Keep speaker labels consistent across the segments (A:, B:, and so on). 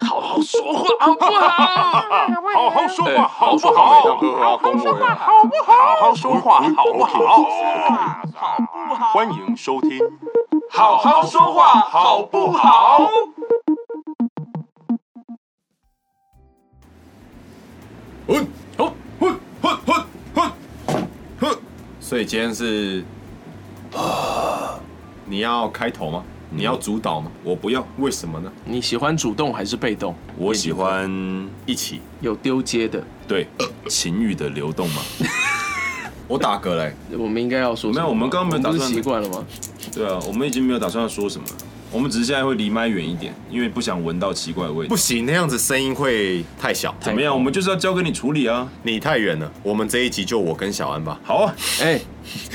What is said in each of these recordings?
A: 好说话好不好？
B: 好好说
A: 哎
B: 话，好不
A: 好
B: 好？
A: 好好说话，
B: 好不好？好好说话，好不好？
A: 好不好？
B: 欢迎收听，
A: 好好说话好不好？
C: 哼哼哼哼哼哼哼。所以今天是，啊你要开头吗？
D: 嗯
C: 你要主导吗？我不要，为什么呢？
A: 你喜欢主动还是被动？
C: 我喜欢一起
A: 有丢接的，
C: 对情欲的流动 嘛。我打嗝嘞、
A: 我们应该要说什么
C: 没有我们刚刚没有
A: 我
C: 打
A: 不
C: 算
A: 是习惯了吗？
C: 对啊，我们已经没有打算要说什么了，我们只是现在会离麦远一点，因为不想闻到奇怪的味道
D: 不。行，那样子声音会太小，
C: 怎么样？我们就是要交给你处理啊。
D: 你太远了。我们这一集就我跟小安吧。
C: 好啊，
A: 哎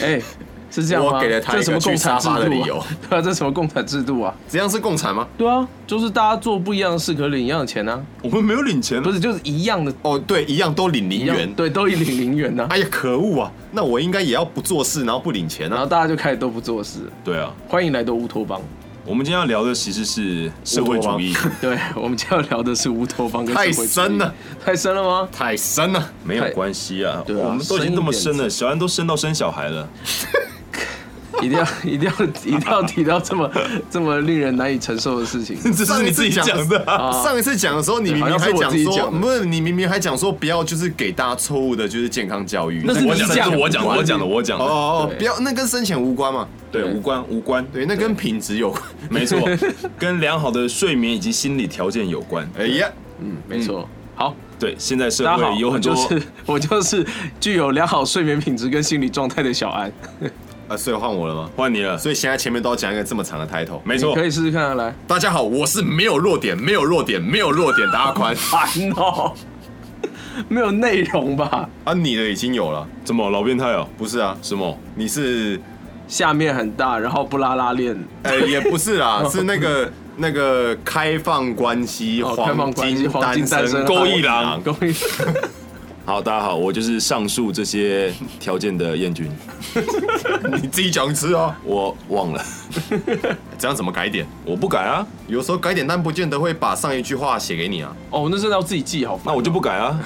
A: 哎，是这样吗？
D: 我给了他一
A: 这
D: 个
A: 什么共产制
D: 去沙
A: 度、
D: 发的理由
A: 啊？ 对啊，这什么共产制度啊？
D: 这样是共产吗？
A: 对啊，就是大家做不一样的事，可领一样的钱啊，
D: 嗯
C: 我们没有领钱啊，
A: 不是就是一样的
D: 哦，对，一样都领
A: 一
D: 零
A: 样
D: 元。，
A: 对，都一领零元呐、
D: 哎呀，可恶啊！那我应该也要不做事，然后不领钱
A: 然后
D: 啊。
A: 大家就开始都不做事。
C: 对啊，
A: 欢迎来到乌托邦。
C: 我们今天要聊的其实是社会主义。
A: 对，我们今天要聊的是乌托邦跟社会主义
D: 太深了，
A: 太深了吗？
D: 太深了，
C: 没有关系啊，
A: 对啊
C: 我们都已经这么深了，小安都生到生小孩了，
A: 一定要 一定要一定要提到这么这么令人难以承受的事情。
C: 这是你自己讲的啊。
D: 上一次讲 的时候，你明明还
A: 好像是我
D: 讲
A: 自己
D: 说，
A: 讲的
D: 不是你明明还讲说不要就是给大家错误的就是健康教育。
C: 那是
D: 哦
C: 我讲的，
A: 你讲
C: 是
A: 的
C: 我讲的，我讲的，我讲
D: 哦
C: 的，
D: 哦，
A: 对
D: 不要，那跟生前无关嘛。
C: 对，无关无关，
D: 对，那跟品质有关。
C: 没 错，跟良好的睡眠以及心理条件有关。
D: 哎呀，
A: 嗯，没错。好，
C: 对，现在社
A: 大家好，
C: 会有很多
A: 我就是 我就是具有良好睡眠品质跟心理状态的小安。
D: 啊，所以换我了吗？
C: 换你了，
D: 所以现在前面都要讲一个这么长的 title。
C: 没
A: 你
C: 错
A: 可，以试试看啊，来。
D: 大家好，我是没有弱点，没有弱点，没有弱点的阿宽
A: 烦哦， 没有内容吧？
D: 啊，你的已经有了，
C: 怎么老变态哦？
D: 不是啊？
C: 什么？
D: 你是，
A: 下面很大，然后不拉拉链，
D: 呃，也不是 啦，是那个那个开放关系，
A: 哦开放关系黄
D: 黄
A: 金
D: 金
A: 单
D: 单
A: 身
D: 身
C: 勾一郎
A: 恭 喜！
C: 好，大家好，我就是上述这些条件的燕君，
D: 你自己讲一次啊，
C: 我忘了，
D: 这样怎么改点？
C: 我不改啊，
D: 有时候改点，但不见得会把上一句话写给你啊。
A: 哦，那真的要自己记好烦。
C: 那我就不改啊，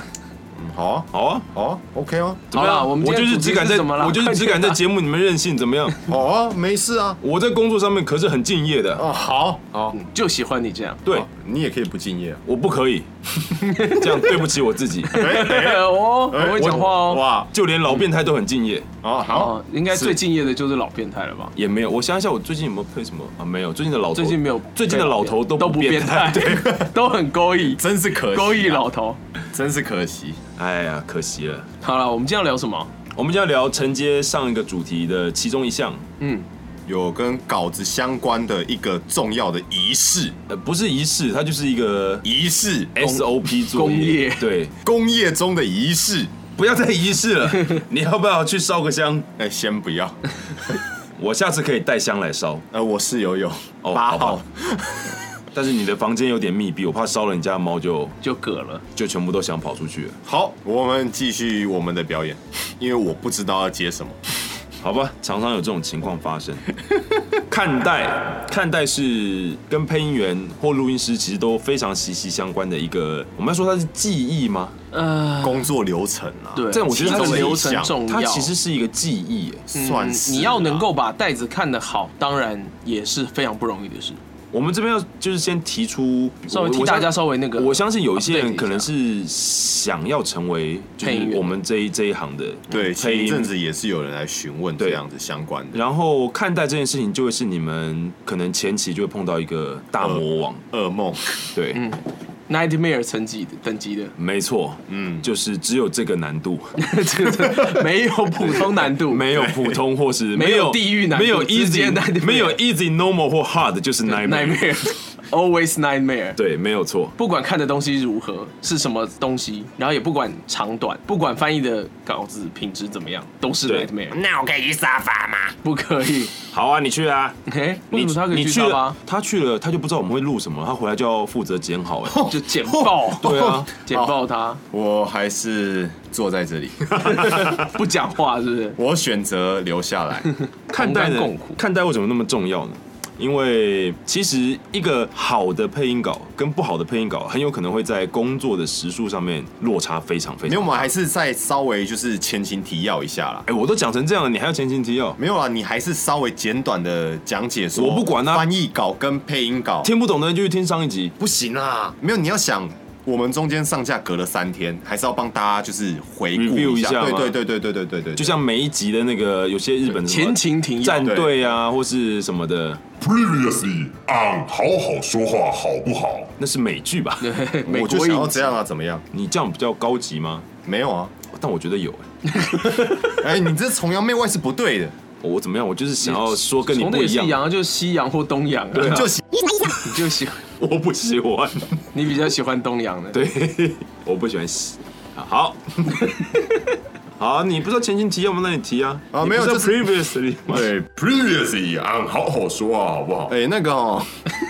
D: 嗯，好啊，
C: 好啊，
D: 好啊，OK 哦，
C: 怎么样
A: 好啦我们今
C: 我
A: 天
C: 就是
A: 主题
C: 只敢
A: 是
C: 在，
A: 什么啦
C: 我就是只敢在节目里面任性，怎么样？
D: 好啊，没事啊。
C: 我在工作上面可是很敬业的，
D: 哦，好，好，
A: 就喜欢你这样。
C: 对
D: 好，你也可以不敬 业啊。
C: 我不可以，这样对不起我自己。
D: 哎哎
A: 哦，
D: 哎
A: 很会讲话哦。
D: 哇，
C: 就连老变态都很敬业，
D: 哦，好
A: 哦，，应该最
D: 是
A: 敬业的就是老变态了吧？
C: 也没有。我想一下，我最近有没有配什么啊？没有，最近的老头
A: 最近没有，
C: 最近的老头都
A: 都
C: 不
A: 不
C: 变
A: 变
C: 态。
A: 态，
C: 对，
A: 都很勾 引，
D: 真是可惜啊，
A: 勾引老头。
D: 真是可惜。
C: 哎呀，可惜了。
A: 好了，我们今天要聊什么？
C: 我们就要聊承接上一个主题的其中一项，
A: 嗯，
D: 有跟稿子相关的一个重要的仪式，
C: 呃，不是仪式，它就是一个
D: 仪式，
C: SOP 作
A: 工
C: 业
A: 业。
C: 对，
D: 工业中的仪式。
C: 不要再仪式了， 你要不要去烧个香？
D: 哎、先不 要。
C: 我下次可以带香来烧，
D: 呃，我室友有
C: 哦
D: 八、
C: 好吧
D: 号，
C: 但是你的房间有点密闭，我怕烧了你家的猫就
A: 就嗝了。
C: 就全部都想跑出去了。
D: 好，我们继续我们的表演，因为我不知道要接什么。
C: 好吧，常常有这种情况发生。 看待看待是跟配音员或录音师其实都非常息息相关的一个，我们要说它是记忆吗？
A: 呃，
D: 工作流程啊，
A: 对，
C: 但我觉得它
A: 其
C: 的
A: 实流程
D: 想
A: 重要，
C: 它
A: 嗯
C: 其实啊是一个记忆耶。
D: 算是、啊
A: 你要能，够把袋子看得好，当然也是非常不容易的事。
C: 我们这边要就是先提出，
A: 稍微
C: 我
A: 替
C: 我相
A: 大家稍微那个啊
C: 我相信有一些
A: update
C: 人
A: 下
C: 可能是想要成为就
A: 配音
C: 是
A: 员
C: 我们这一这一行的
D: 对，前
C: 配
D: 一阵
C: 音。
D: 子也是有人来询问
C: 对
D: 这样子相关的
C: 然后看待这件事情，就会是你们可能前期就会碰到一个大魔王，
A: 嗯
D: 噩梦。
C: 对，
A: Nightmare 层级的等级的，
C: 没错，嗯，就是只有这个难度，
A: 这这没有普通难度，
C: 没有普通或是
A: 没有地狱难度
C: 没有
A: 直接
C: easy，
A: nightmare
C: 没有 easy normal 或 hard，就是 nightmare。
A: Nightmare，always Nightmare。
C: 对，没有错。
A: 不管看的东西如何，是什么东西，然后也不管长短，不管翻译的稿子品质怎么样，都是
C: 对
A: Nightmare，
E: 那我可以去沙发吗？
A: 不可以。
C: 好啊，你去啊。
A: 哎，为
C: 你
A: 什么他可以
C: 你
A: 去
C: 去
A: 沙发
C: 了？，他去了，他就不知道我们会录什么，他回来就要负责剪好。哎，
A: 就剪爆，
C: 对 啊，
A: 剪爆他，
D: 我还是坐在这里，
A: 不讲话是不是？
D: 我选择留下来。
C: 看待
A: 同
C: 呢
A: 甘共苦？
C: 看待为什么那么重要呢？因为其实一个好的配音稿跟不好的配音稿，很有可能会在工作的时数上面落差非常非常
D: 没有，。我们还是再稍微就是前情提要一下啦。
C: 哎、我都讲成这样了，你还要前情提要？
D: 没有啦，你还是稍微简短的讲解说，
C: 我不管啊
D: 翻译稿跟配音稿
C: 听不懂的就去听上一集。
D: 不行啊，没有你要想。我们中间上架隔了三天，还是要帮大家就是回顾
C: Review 一下嘛
D: 对对对对对对对对，
C: 就像每一集的那个有些日本什么
A: 前情提要
C: 战队啊，或是什么的，
E: Previously on 好好说话好不好？
C: 那是美剧吧？
A: 美
D: 我就
A: 国
D: 想要
A: 影
D: 这
A: 集
D: 样啊，怎么样？
C: 你这样比较高级吗？
D: 没有啊，
C: 但我觉得有、欸
D: 哎、你这崇洋媚外是不对的，
C: 我怎么样？我就是想要说跟你
A: 从的
C: 不
A: 也
C: 一
A: 是
C: 样，
A: 洋啊，就是西洋或东洋啊，
C: 对
D: 你
C: 啊
D: 就喜
A: 你就喜欢，
C: 我不喜欢。
A: 你比较喜欢东洋的，，
C: 对，我不喜欢洗。啊好， 好，你不知道前情提要吗？那你提啊。
D: 啊
C: 你不
D: 没有
C: 知道
D: 就是
C: previously 吗。
E: 对，Previously on 好好说话好不好？
D: 哎、那个哦，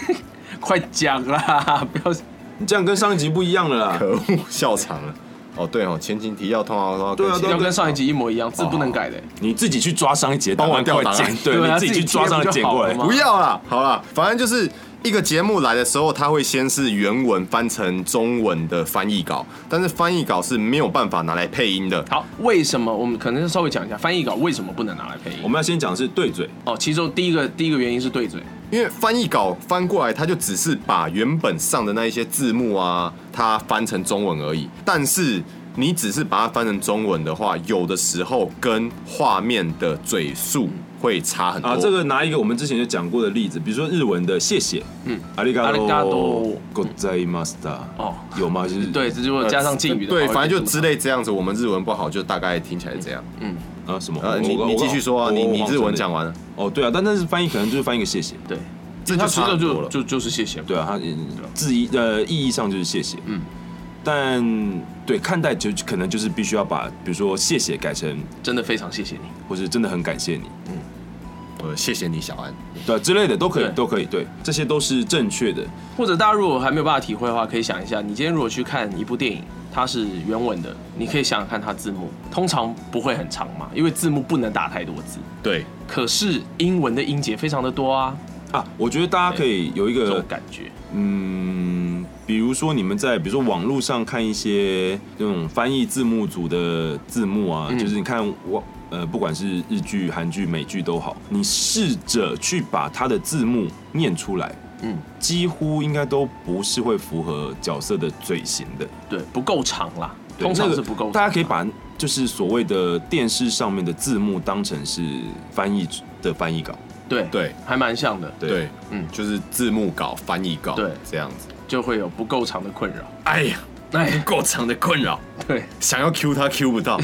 A: 快讲啦， 不要
C: 你这样跟上一集不一样了啊啦。
D: 可恶，笑场了。哦，对哦，前情提要通常都要
C: 对啊
D: 跟
C: 对啊
A: 要跟上一集一模一
D: 哦
A: 样，字不能改的。
C: 你自己去抓上一节，
D: 帮
C: 档
D: 我
C: 案
D: 调
C: 快
D: 档案
C: 剪，对，
A: 对啊
C: 你自己去抓上来剪过来
A: 自己贴不就好了。吗
D: 不要啦，好啦，反正就是一个节目来的时候，它会先是原文翻成中文的翻译稿，但是翻译稿是没有办法拿来配音的。
A: 好，为什么我们可能稍微讲一下翻译稿为什么不能拿来配
C: 我
D: 哦
A: 音？
C: 们要先讲的是对嘴，
A: 哦，其中第一个第一个原因是对嘴，
D: 因为翻译稿翻过来，它就只是把原本上的那一些字幕啊，它翻成中文而已。但是你只是把它翻成中文的话，有的时候跟画面的嘴速会差很多。
C: 啊，这个拿一个我们之前就讲过的例子，比如说日文的谢谢，嗯，阿里嘎多
A: arigato，
C: ございました，
A: 哦
C: 有吗？就是
A: 对，这就是加上敬语的话会
D: 嗯呃对，
A: 变成什么，
D: 反正就之类这样子。我们日文不好，就大概听起来这样。
C: 啊什么？
D: 呃，
C: 我
D: 你
C: 我
D: 你继续说啊，你
C: 我
D: 你
C: 忘记
D: 日文
C: 了
D: 讲完了，
C: 哦，对啊，但但是翻译可能就是翻译个谢谢，
A: 对，
D: 这
A: 他
D: 就
A: 除
D: 差
A: 了
D: 很多
A: 就
D: 了。
A: 就就是谢谢，
C: 对啊，它呃字义呃意义上就是谢谢，嗯，但对看待就可能就是必须要把比如说谢谢改成，
A: 真的非常谢谢你。
C: 或是真的很感谢你，
D: 呃，谢谢你，小安。
C: 对啊之类的都可以
A: 对
C: 都可以，对，这些都是正确的，
A: 或者大家如果还没有办法体会的话，可以想一下，你今天如果去看一部电影，它是原文的，你可以想想看它字幕，通常不会很长嘛，因为字幕不能打太多字。
D: 对，
A: 可是英文的音节非常的多啊，
C: 啊，我觉得大家可以有一
A: 这
C: 个
A: 种感觉。
C: 嗯，比如说你们在比如说网络上看一些那种翻译字幕组的字幕啊，
A: 嗯
C: 就是你看我呃，不管是日剧、韩剧、美剧都好，你试着去把它的字幕念出来，
A: 嗯，
C: 几乎应该都不是会符合角色的嘴型的，
A: 对，不够长啦，
C: 对
A: 通常
C: 那
A: 是
C: 个
A: 不够长。
C: 大家可以把就是所谓的电视上面的字幕当成是翻译的翻译稿，
A: 对
D: 对
A: 还蛮像的，
C: 对
D: 对，
A: 嗯
D: 嗯，就是字幕稿、翻译稿，
A: 对
D: 这样子。
A: 就会有不够长的困扰。
D: 哎呀，
A: 哎，
D: 够长的困扰，
A: 对，
D: 想要 Q 他 Q 不到。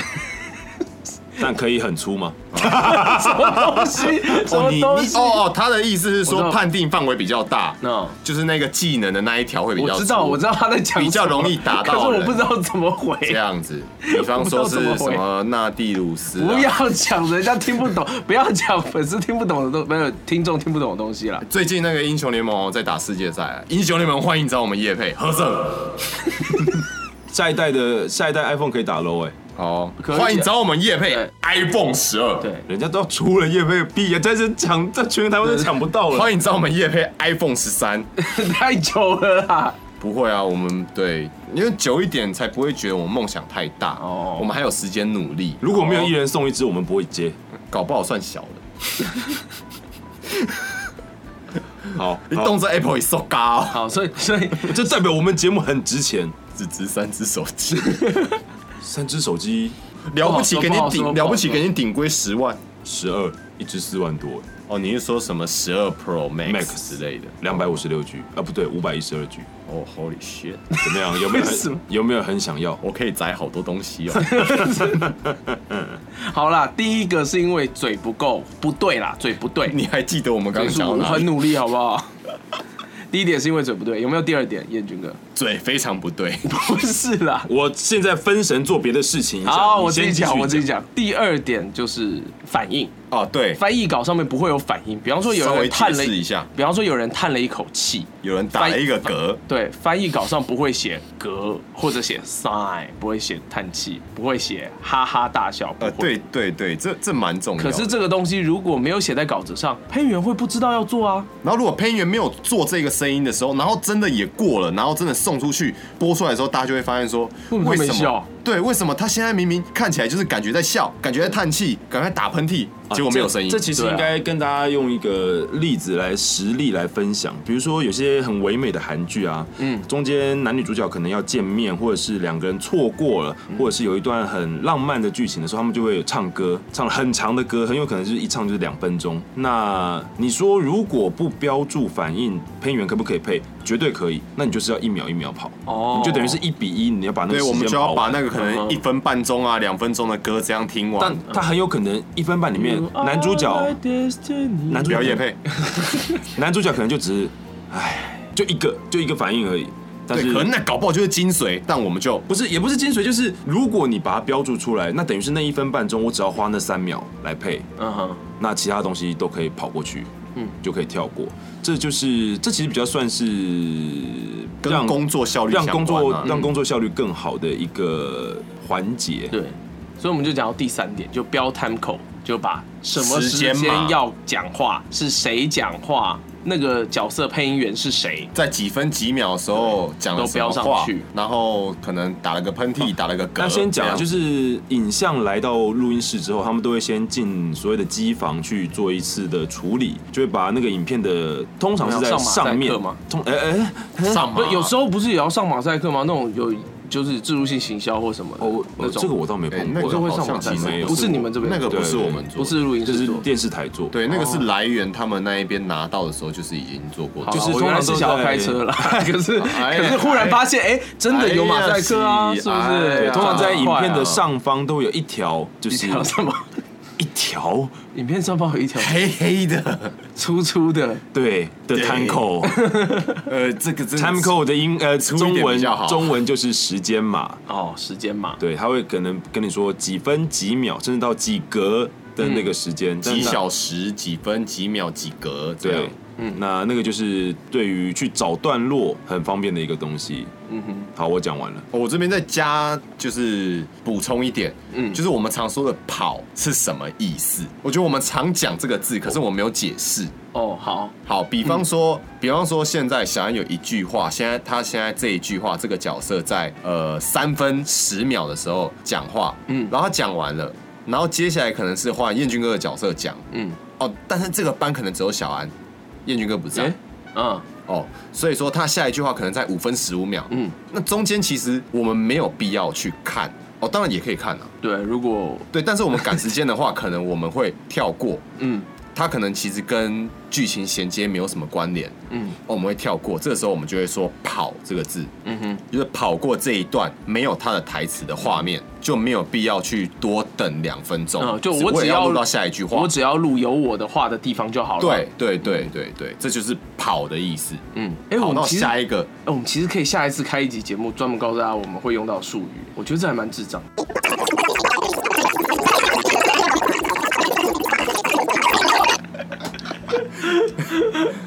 C: 但可以很粗吗？
A: 什么东西？什么
D: 你
A: 东
D: 你
A: 西？
D: 哦哦，他的意思是
A: 我知
D: 说
A: 道
D: 判定范围比较大，
A: 那
D: 就是那个技能的那一条会比较
A: 我
D: 粗。
A: 知道，我知道他在讲什么，
D: 比较容易打到
A: 可是我
D: 人
A: 不知道怎么回。
D: 这样 子，比方说是
A: 我不知道怎
D: 什
A: 么
D: 么纳蒂鲁斯、啊，
A: 不要讲人家听不懂， 不要讲粉丝听不懂的东，没有听众听不懂的东西啦。
D: 最近那个英雄联盟在打世界赛，啊英雄联盟欢迎找我们叶配合作。
A: 呃
C: 下一代的下一代 iPhone 可以打 low 哎、
D: 好，
A: 可以啊
D: 欢迎找我们叶配
A: 对
D: iPhone 十二。
A: 对，
C: 人家都要出了业配币啊，在这抢在全台湾都抢不到了。
D: 欢迎找我们叶配 iPhone 十三。
A: 太久了啦。
D: 不会啊，我们对，因为久一点才不会觉得我们梦想太大
A: 哦
D: 哦，我们还有时间努力。
C: 如果没有一
D: 人，
C: 人送一支，我们不会接。
D: 搞不好算小的。
C: 好，
D: 你
C: 好
D: 动这 Apple 也受 高，
A: 好，所以所以
C: 这代表我们节目很值钱。
D: 只值三只手机，
C: 三只手机
D: 了不起给你
A: 哦不好说不好
D: 顶，
A: 说
D: 了不起给你顶规十万。
C: 十二，一支四万多
D: 哦，你是说什么十二 Pro
C: ，Max
D: Max 之类的？
C: 两百五十六 G 啊，不对，五百一十二 G，
D: 哦，Holy shit！
C: 怎么样？有没有
A: 为什么
C: 很有没有很想要？
D: 我可以载好多东西 哦。
A: 好啦，第一个是因为嘴不够，不对啦，嘴不对。
D: 你还记得我们刚
A: 嘴
D: 刚
A: 是
D: 讲到
A: 我
D: 哪
A: 很
D: 里？
A: 努力，好不好？第一点是因为嘴不对，有没有第二点？彦君哥，
D: 嘴非常不对，
A: 不是啦。
C: 我现在分神做别的事情。
A: 好，我
C: 你
A: 自
C: 先
A: 己
C: 继续
A: 讲，我自己。讲。第二点就是反应，
D: 哦，对，
A: 翻译稿上面不会有反应。比方说有
D: 稍
A: 人
D: 微
A: 叹
D: 解
A: 了
D: 释一下，
A: 比方说有人叹了一口气，
D: 有人打了一个嗝，
A: 对，翻译稿上不会写“嗝”或者写 “sigh”，不会写叹气，不会写哈哈大笑，不
D: 呃，
A: 会。
D: 对对对，这这蛮重要的。
A: 可是这个东西如果没有写在稿子上，配音员会不知道要做啊。
D: 然后如果配音员没有做这个声音的时候，然后真的也过了，然后真的送出去播出来的时候，大家就会发现说，
A: 为什么他没笑？
D: 对，为什么他现在明明看起来就是感觉在笑，感觉在叹气，感觉在打喷嚏，结果没有声音。
C: 这其实
A: 对啊
C: 应该跟大家用一个例子来实例来分享，比如说有些很唯美的韩剧啊，嗯，中间男女主角可能要见面，或者是两个人错过了，
D: 嗯
C: 或者是有一段很浪漫的剧情的时候，他们就会有唱歌，唱很长的歌，很有可能就是一唱就是两分钟。那你说如果不标注反应，配音员可不可以配？绝对可以，那你就是要一秒一秒跑，
A: 哦
C: 你就等于是一比一，你要把那个
D: 对，我
C: 时
D: 们
C: 间
D: 就
C: 跑
D: 要把
C: 完。
D: 那个可能
A: 嗯
D: 一分半钟啊、两分钟的歌这样听完
C: 但。他很有可能一分半里面，
A: 哦
D: 嗯
C: 男主角
A: You are my destiny
C: 男主角
D: 表演配，
C: 男主角可能就只是，唉，就一个就一个反应而已。但
D: 对，
C: 是
D: 可能那搞不好就是精髓，但我们就
C: 不是也不是精髓，就是如果你把它标注出来，那等于是那一分半钟，我只要花那三秒来配，
A: 嗯哼，
C: 那其他东西都可以跑过去，
A: 嗯
C: 嗯，就可以跳过。这就是这其实比较算是
D: 跟工作效率
C: 让
D: 相
C: 工
D: 关
C: 作
D: 啊
C: 让工作效率更好的一个环节。
A: 对。所以我们就讲到第三点，就标 time code，就把什么
D: 时
A: 时
D: 间嘛
A: 间要讲话，是谁讲话，那个角色配音员是谁，
D: 在几分几秒的时候讲了
A: 都
D: 什么
A: 标上
D: 话
A: 去，
D: 然后可能打了个喷嚏，打了个嗝。
C: 啊那先讲啊，就是是影像来到录音室之后，他们都会先进所谓的机房去做一次的处理，就会把那个影片的通常是在
A: 上马赛克
C: 上面
A: 吗
C: 通哎哎
D: 上
A: 不
D: 嘛，，
A: 有时候不是也要上马赛克吗？那种有就是植入性行销或什么的
C: 哦
A: 那
C: 呃
A: 种，
C: 这个我倒没
D: 哎
C: 碰
D: 那
C: 过，
D: 个
A: 会上
D: 好像
A: 网站
D: 其
C: 没
D: 实
C: 有
A: 不是你们这边
D: 那个不是
C: 对
D: 我们做
A: 不
D: 的，
A: 是录音
C: 就
A: 室
C: 是
A: 做。
C: 电视台做。
D: 对，那个是来源，他们那一边拿到的时候就是已经做过，
A: 好
D: 就
A: 啦
C: 就是
A: 我
C: 通
A: 原来
C: 常
A: 是
C: 都
A: 想要
C: 在
A: 开 车了，可是
D: 哎呀
A: 可是忽然发现，哎，真的有马赛克啊，
D: 哎呀
A: 是不
D: 哎呀
A: 是？
C: 对，通常在
A: 这样
C: 影
A: 很快啊
C: 片的上方都有一条，就
A: 一
C: 是
A: 条什么？
C: 一条
A: 影片上方有一条
D: 黑黑 的，
A: 粗粗的，
C: 对的
D: 对
C: time code。
D: 呃，这个真的
C: time code 的英 呃
D: 一点
C: 中文
D: 比较好
C: 中文就是时间码，
A: 哦，时间码。
C: 对，他会可能跟你说几分几秒，甚至到几格的那个嗯时间，但
D: 几
C: 是那
D: 小时、几分、几秒、几格这样
C: 对。，嗯，那那个就是对于去找段落很方便的一个东西。
A: 嗯哼，
C: 好，我讲完了。
D: 哦我这边再加，就是补充一点，嗯，
A: 嗯
D: 就是我们常说的“跑”是什么意思？我觉得我们常讲这个字，可是我没有解释。
A: 哦，好，
D: 好，比方说，比方说，现在小安有一句话，现在他现在这一句话，这个角色在呃三分十秒的时候讲话，嗯
A: 嗯，
D: 然后他讲完了，然后接下来可能是换彦君哥的角色讲，
A: 嗯，
D: 哦，但是这个班可能只有小安，彦君哥不在、
A: 哎，嗯，
D: 哦，所以说他下一句话可能在五分十五秒，嗯
A: 嗯，
D: 那中间其实我们没有必要去看，哦，当然也可以看啊，
A: 对，如果
D: 对，但是我们赶时间的话， 可能我们会跳过，
A: 嗯
D: 它可能其实跟剧情衔接没有什么关联，
A: 嗯
D: 哦，我们会跳过，这个时候我们就会说“跑”这个字，
A: 嗯哼，
D: 就是跑过这一段没有他的台词的画面，就没有必要去多等两分钟。
A: 嗯就我
D: 也
A: 只
D: 要
A: 要
D: 录到下一句话
A: 我。只要录有我的话的地方就好了。
D: 对，对对对对，这就是跑的意思。
A: 嗯，哎，
D: 跑
A: 我们
D: 到
A: 其实
D: 下一 个，
A: 哎、我们其实可以下一次开一集节目，专门告诉大家我们会用到的术语。我觉得这还蛮智障。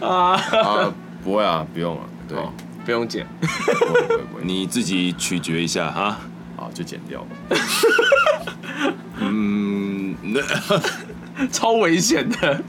A: 啊，
D: 啊，不会啊，不用了，对，
A: 好 不用剪。
D: 不会不会不会，
C: 你自己取决一下哈。
D: 好就剪掉吧。
C: 嗯，那
A: 超危险的。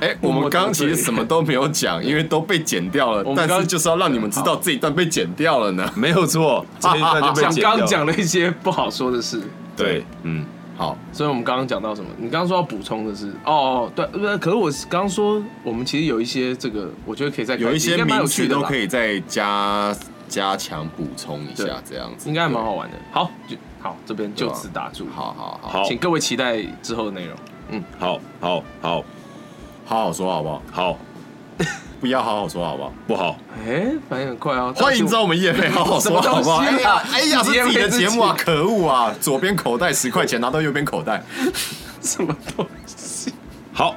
D: 哎，我们刚刚其实什么都没有讲，因为都被剪掉了
A: 我，们
D: 但
A: 刚
D: 是
A: 刚
D: 就是要让你们知道这一段被剪掉了呢。
C: 没有错，这一段就被
A: 讲
C: 剪掉。
A: 刚讲了一些不好说的事，
C: 对，嗯，
D: 好，
A: 所以我们刚刚讲到什么？你刚刚说要补充的是，哦，对，不是，可是我刚刚说我们其实有一些这个，我觉得可以再开
D: 有一
A: 应
D: 些
A: 该蛮
D: 名
A: 有
D: 词
A: 趣的
D: 都
A: 啦
D: 可，以再加加强补充一下
A: 对，
D: 这样子
A: 应该还蛮好玩的。好，就好，这边就此打住。，
D: 好好好，
C: 好
A: 请各位期待之后的内容。
C: 好，好，好，
D: 好好说好不好？
C: 好，
D: 不要好好说好不好？
C: 不好，
A: 哎，反应很快哦。
D: 欢迎
A: 但是
D: 找
A: 我
D: 我们叶配，好好说好不好？
A: 什
D: 哎
A: 么东西
D: 呀
A: 啊，
D: 哎呀，是自己的节目 啊，
A: 自己
D: 可恶啊！左边口袋十块钱拿到右边口袋，
A: 什么东西？
C: 好，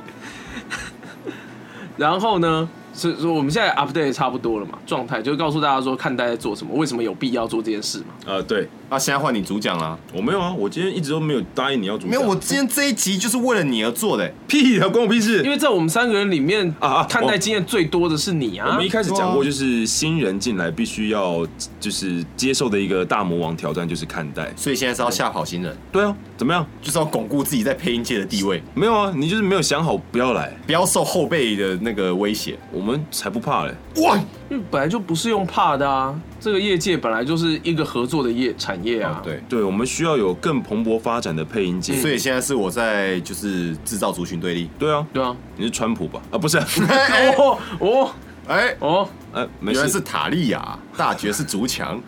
A: 然后呢，所以说我们现在 update 也差不多了嘛，状态就告诉大家说看大家在做什么，为什么有必要做这件事嘛。
C: 呃，对
D: 啊，现在换你主讲啦。
C: 我没有啊，我今天一直都没有答应你要主讲
D: 没有，我今天这一集就是为了你而做的、
C: 屁啊，关我屁事
A: 因。为在我们三个人里面
C: 啊啊
A: 看待
C: 我
A: 经验最多的是你
C: 我
A: 啊
C: 们一。开始讲过，就是新人进来必须要就是接受的一个大魔王挑战就是看待。
D: 所以现在是要吓跑新人，
C: 对啊，怎么样？
D: 就是要巩固自己在配音界的地位，
C: 没有啊，你就是没有想好不要来，
D: 不要受后辈的那个威胁。
C: 我们才不怕嘞。
D: 哇，
A: 因为本来就不是用怕的啊，这个业界本来就是一个合作的业产业啊。，
D: 对，
C: 哦对，我们需要有更蓬勃发展的配音界。
D: 嗯所以现在是我在就是制造族群对立。
C: 对啊，
A: 对啊。
C: 你是川普吧？啊，不是，
D: 哎
A: 哦哦
D: 哎，
A: 哦，
C: 呃，没
D: 原来
C: 事，
D: 是塔利亚，大爵是竹 强。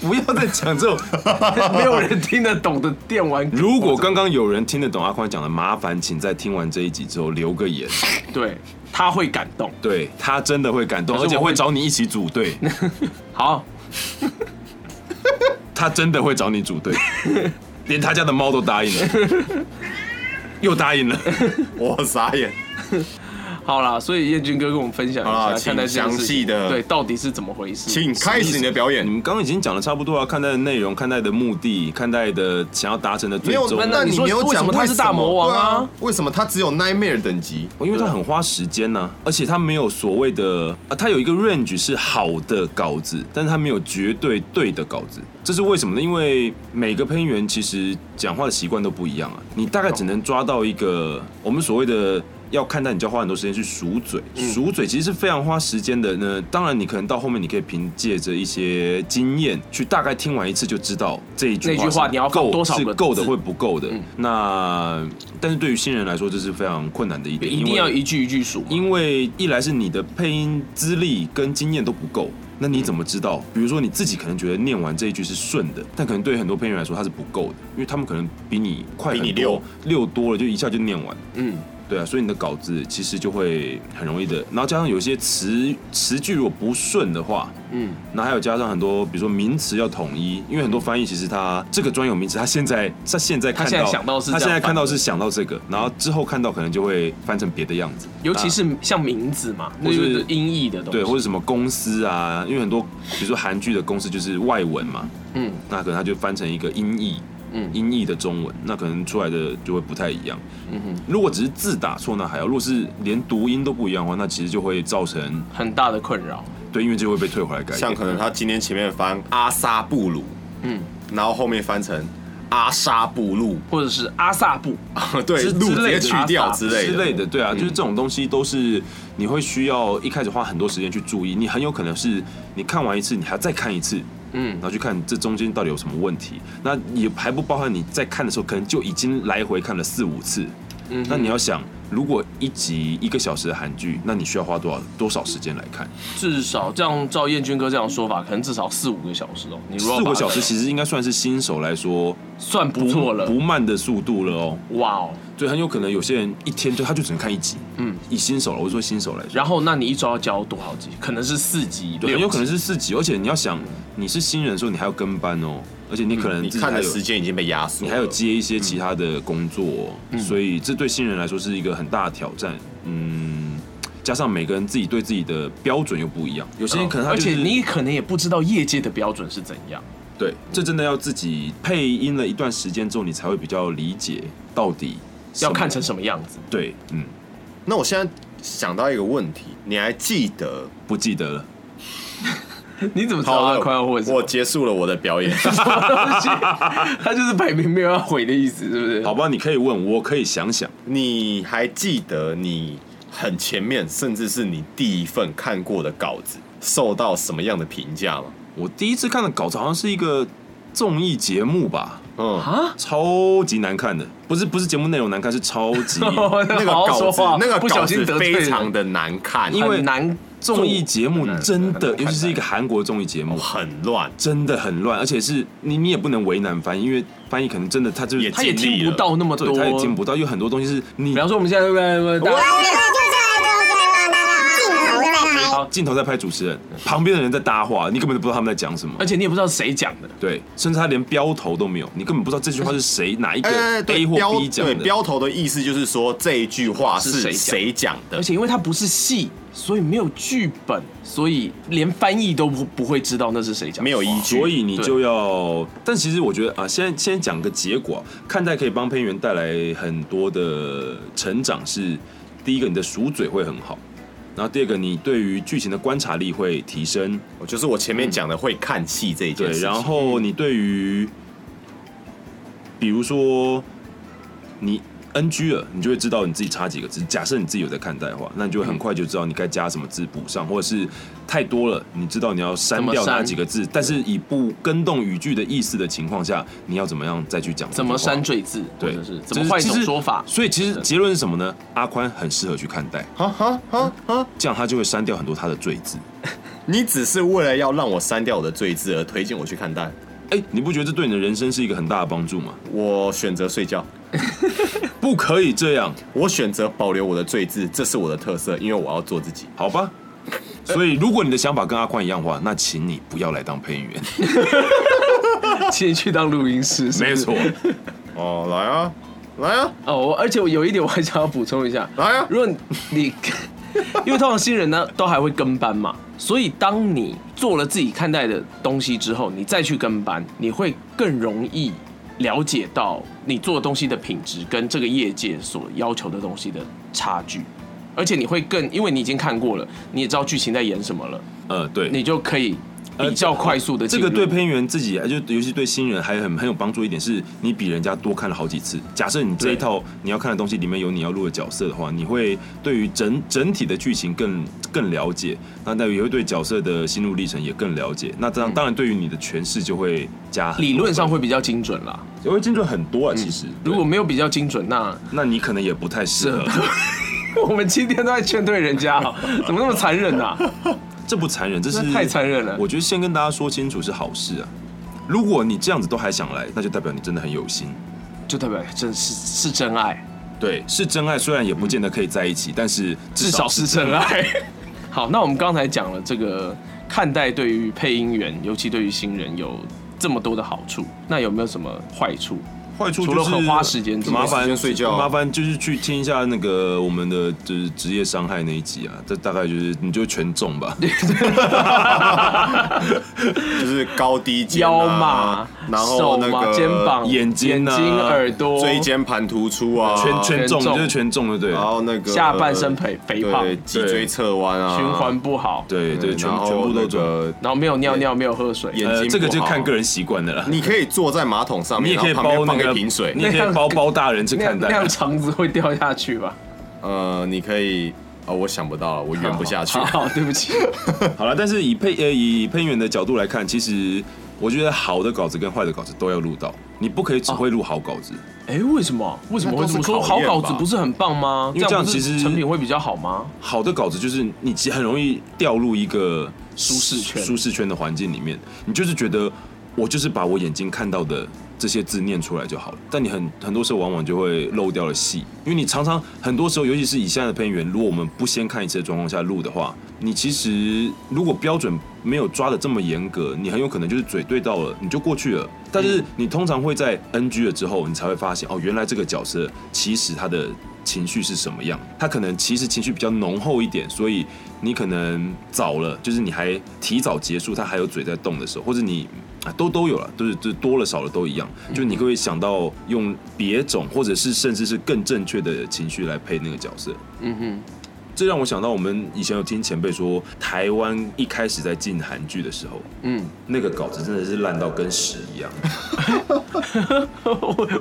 C: 不要再讲这种。
A: 没有人听得懂的电玩。
C: 如果刚刚有人听得懂阿宽讲的，麻烦请在听完这一集之后留个言，
A: 对他会感动。
C: 对他真的会感动，
A: 可是我
C: 而且
A: 会
C: 会找你一起组队，
A: 好，
C: 他真的会找你组队，连他家的猫都答应了， 又答应了。
D: 我傻眼。
A: 好啦，所以彦军哥跟我们分享
D: 好啦
A: 一下，
D: 请
A: 看待这件事
D: 详
A: 情
D: 细的
A: 对到底是怎么回事。
D: 请开始你的表
C: 你
D: 演。
C: 们刚刚已经讲的差不多啊了，看待的内容、看待的目的、看待的想要达成的最终，
A: 那你说为什么他是大魔王啊
D: 对为什么他只有 Nightmare 等级？
C: 哦因为他很花时间呐、而且他没有所谓的啊，他有一个 range 是好的稿子，但是他没有绝对对的稿子，这是为什么呢？因为每个配音员其实讲话的习惯都不一样啊，你大概只能抓到一个我们所谓的。要看待你就要花很多时间去数嘴，
A: 嗯
C: 数嘴其实是非常花时间的呢。当然，你可能到后面你可以凭借着一些经验去大概听完一次就知道这一句
A: 那句话
C: 是
A: 你要放
C: 够
A: 多少
C: 是
A: 个
C: 够的
A: 字
C: 或不够的。那但是对于新人来说，这是非常困难的一点，
A: 一
C: 因
A: 定
C: 为
A: 要一句一句数嘛。
C: 因为一来是你的配音资历跟经验都不够，那你怎么知道？比如说你自己可能觉得念完这一句是顺的，但可能对于很多配音员来说它是不够的，因为他们可能比你快很多
D: 比你溜
C: 溜多了，就一下就念完。
A: 嗯，
C: 对啊，所以你的稿子其实就会很容易的，然后加上有些词词句如果不顺的话，
A: 嗯，
C: 那还有加上很多，比如说名词要统一，因为很多翻译其实它这个专有名词，它现在它现在看到
A: 它现在想到是
C: 它
A: 这
C: 现
A: 样
C: 在看到
A: 翻的
C: 是想到这个，然后之后看到可能就会翻成别的样子，
A: 尤其是像名字嘛，那
C: 啊或是
A: 就是音译的东西。
C: 对，或者什么公司啊，因为很多比如说韩剧的公司就是外文嘛，
A: 嗯，
C: 那可能它就翻成一个音译，
A: 嗯
C: 音译的中文，那可能出来的就会不太一样。嗯哼，如果只是字打错那还好，如果是连读音都不一样的话，那其实就会造成
A: 很大的困扰。
C: 对，因为就会被退回来改。
D: 像可能他今天前面翻阿萨布鲁，
A: 嗯，
D: 然后后面翻成阿沙布路，
A: 或者是阿萨布，
D: 对，
C: 之
D: 路
C: 之
D: 直
C: 类
D: 接
C: 的
D: 去掉
A: 阿萨
D: 之
A: 布
D: 类
C: 之
D: 的。
C: 类的，对啊，
A: 嗯
C: 就是这种东西都是你会需要一开始花很多时间去注意，你很有可能是你看完一次，你还要再看一次，
A: 嗯
C: 然，后去看这中间到底有什么问题。那也还不包含你在看的时候，可能就已经来回看了四五次。嗯，那你要想，如果一集一个小时的韩剧，那你需要花多少多少时间来看？
A: 至少这样照彦军哥这样说法，可能至少四五个小时哦。你如果
C: 四
A: 把
C: 个
A: 它
C: 小时其实应该算是新手来说
A: 算不错了
C: 不，慢的速度了哦。
A: 哇哦！
C: 所以很有可能有些人一天就他就只能看一集。嗯，以新手了，我说新手来说。
A: 然后那你一周要教多少集？可能是四集，
C: 对，很
A: 六集
C: 有可能是四级，而且你要想，你是新人的时候，你还要跟班哦，而且你可能
A: 嗯
D: 你
C: 自己
D: 看
C: 还
D: 的
C: 有
D: 时间已经被压缩了，
C: 你还有接一些其他的工作哦、
A: 嗯
C: 所以这对新人来说是一个很大的挑战。嗯，加上每个人自己对自己的标准又不一样，有些人可能他、
A: 而
C: 就是
A: 且你可能也不知道业界的标准是怎样。
C: 对这真的要自己配音了一段时间之后，你才会比较理解到底
A: 要
C: 什么
A: 看成什么样子。
C: 对，嗯，
D: 那我现在想到一个问题，你还记得？
C: 不记得了。
A: 你怎么知道他啊快要或者什么
D: 我结束了我的表 演。
A: 东西？ 他就是摆明没有要毁的意思，是不是？
C: 好吧，你可以问我，可以想想。
D: 你还记得你很前面，甚至是你第一份看过的稿子，受到什么样的评价吗？
C: 我第一次看的稿子好像是一个综艺节目吧，
D: 嗯，
A: 啊，
C: 超级难看的，不是不是节目内容难看，是超 级
A: 那
D: 那个
A: 好好
D: 稿
A: 说
D: 子
A: 话，，
D: 那个
A: 不
D: 稿
A: 小心
D: 子
A: 得罪
D: 非
A: 人
D: 常的难看，
C: 因为
A: 很难
C: 综艺节目
D: 嗯
C: 真
D: 很
C: 的，
D: 难
C: 尤其是一个
D: 看
C: 韩国综艺节目，
D: 很乱。
C: 真的很乱，而且是你你也不能为难翻译，因为翻译可能真的他就是
D: 也
A: 他也听不到那么多
C: 对，，他也听不到，有很多东西是你
A: 比方说我们现在在大家
C: 好镜头在拍主持人，旁边的人在搭话，你根本就不知道他们在讲什么
A: 而。且你也不知道谁讲的，
C: 哎对，甚至他连标头都没有，你根本不知道这句话是谁哪一个
D: 哎，
C: A
D: 对，标
C: 或 B 讲
D: 对
C: 的。
D: 标头的意思就是说这一句话
A: 是谁
D: 是
A: 讲
D: 谁讲的
A: 而，且因为它不是戏，所以没有剧本，所以连翻译都不不会知道那是谁讲的，
D: 没有依据，
C: 所以你
A: 对
C: 就要，但其实我觉得啊，先先讲个结果啊，看待可以帮配音员带来很多的成长是，第一个你的熟嘴会很好，然后第二个你对于剧情的观察力会提升，
D: 就是我前面讲的会看戏这一
A: 嗯
D: 件
C: 对，
D: 事情。
C: 然后你对于，比如说你嗯 NG 了，啊你就会知道你自己差几个字。假设你自己有在看待的话，那你就会很快就知道你该加什么字补上，或者是太多了，你知道你要删掉
A: 怎么
C: 哪
A: 删
C: 几个字。但是以不跟动语句的意思的情况下，你要怎么样再去讲？
A: 怎么删？赘字，
C: 对
A: 或者是怎么换一
C: 其
A: 种
C: 实
A: 说 法，
C: 所以其实结论是什么呢？阿宽很适合去看待，
D: 哈哈哈哈！
C: 这样他就会删掉很多他的罪字。
D: 你只是为了要让我删掉我的罪字而推荐我去看待，
C: 哎，你不觉得这对你的人生是一个很大的帮助吗？
D: 我选择睡觉，
C: 不可以这样。
D: 我选择保留我的罪字，这是我的特色，因为我要做自己。
C: 好吧。所以，如果你的想法跟阿宽一样的话，那请你不要来当配音 员。
A: 先去当录音师，是不是
C: 没错，
D: 哦，来啊，来啊，
A: 哦，我而且我有一点我还想要补充一下，
D: 来啊
A: 如果你， 因为通常新人呢都还会跟班嘛，所以当你做了自己看待的东西之后，你再去跟班，你会更容易了解到你做的东西的品质跟这个业界所要求的东西的差距，而且你会更，因为你已经看过了，你也知道剧情在演什么了，
C: 呃，对，
A: 你就可以
C: 呃
A: 比较快速的、
C: 这个对配音员自己，呃就尤其对新人还很很有帮助一点，是你比人家多看了好几次。假设你这一
A: 对
C: 套你要看的东西里面有你要录的角色的话，你会对于 整整体的剧情更更了解，那那也会对角色的心路历程也更了解。那当当然，对于你的诠释就会加很多分，
A: 理论上会比较精准啦。
C: 也会精准很多啊。其实，
A: 如果没有比较精准，那
C: 那你可能也不太适合。
A: 我们今天都在劝退 人家、啊怎么那么残忍啊？
C: 这不残忍，这是
A: 那太残忍了
C: 我觉得先跟大家说清楚是好事啊。如果你这样子都还想来，那就代表你真的很有心。
A: 就代表真是是真爱，
C: 对，是真爱，虽然也不见得可以在一起，但是
A: 至少是真爱。好，那我们刚才讲了这个看待对于配音员，尤其对于新人有这么多的好处，那有没有什么坏处？
C: 坏处
A: 除
C: 就
A: 了
C: 是
A: 很花时间之外
C: 麻
D: 没时
C: 烦
D: 间睡觉啊
C: 麻烦就是去听一下那个我们的就是职业伤害那一集啊，这大概就是你就全中吧。
D: 就是高低肩、啊、
A: 腰嘛，
D: 然后
A: 手
D: 那
A: 嘛，
D: 个
A: 肩膀、
C: 眼睛
A: 眼
C: 啊
A: 睛、耳朵、
D: 椎间盘突出啊，
C: 全全中，
A: 全中
C: 就是全中了，对
D: 然后那个
A: 下半身肥肥胖
D: 对脊椎侧弯啊，
A: 循环不好，
C: 对对，全
D: 然后
C: 全部都
D: 那
C: 中。
D: 个
A: 然后没有尿尿，没有喝水，
D: 眼睛不
C: 呃，
D: 好
C: 这个就看个人习惯的啦。
D: 你可以坐在马桶上
C: 你
D: 面，
C: 也可以
D: 然后旁
C: 包
D: 边
C: 那
D: 放
C: 个
D: 一瓶水
C: 你。也可以包包大人去
A: 那样
C: 看
A: 那
C: 待啊。
A: 样肠子会掉下去吧？
D: 呃，你可以，哦，我想不到了，我圆不下 去
A: 好。好，对不 起，
C: 好了，但是以配呃以配音员的角度来看，其实我觉得好的稿子跟坏的稿子都要录到，你不可以只会录好稿子，
A: 哎，为什么？为什么会这么说？
D: 那都是考
A: 好
D: 验吧
A: 稿子不是很棒吗？
C: 因为这样
A: 不是
C: 其实
A: 成品会比较好吗？
C: 好的稿子就是你其很容易掉入一个舒
A: 适圈
C: 舒适圈的环境里面，你就是觉得我就是把我眼睛看到的这些字念出来就好了，但你很很多时候往往就会漏掉了戏，因为你常常很多时候，尤其是以现在的配音员，如果我们不先看一次的状况下录的话，你其实如果标准没有抓的这么严格，你很有可能就是嘴对到了你就过去了，但
A: 嗯
C: 是你通常会在 NG 了之后，你才会发现哦，原来这个角色其实他的情绪是什么样。他可能其实情绪比较浓厚一点，所以你可能早了，就是你还提早结束，他还有嘴在动的时候，或者你啊都都有了，就是就是多了少了都一样，就你会想到用别种或者是甚至是更正确的情绪来配那个角色。
A: 嗯哼。
C: 这让我想到我们以前有听前辈说，台湾一开始在进韩剧的时候，
A: 嗯，
C: 那个稿子真的是烂到跟屎一样。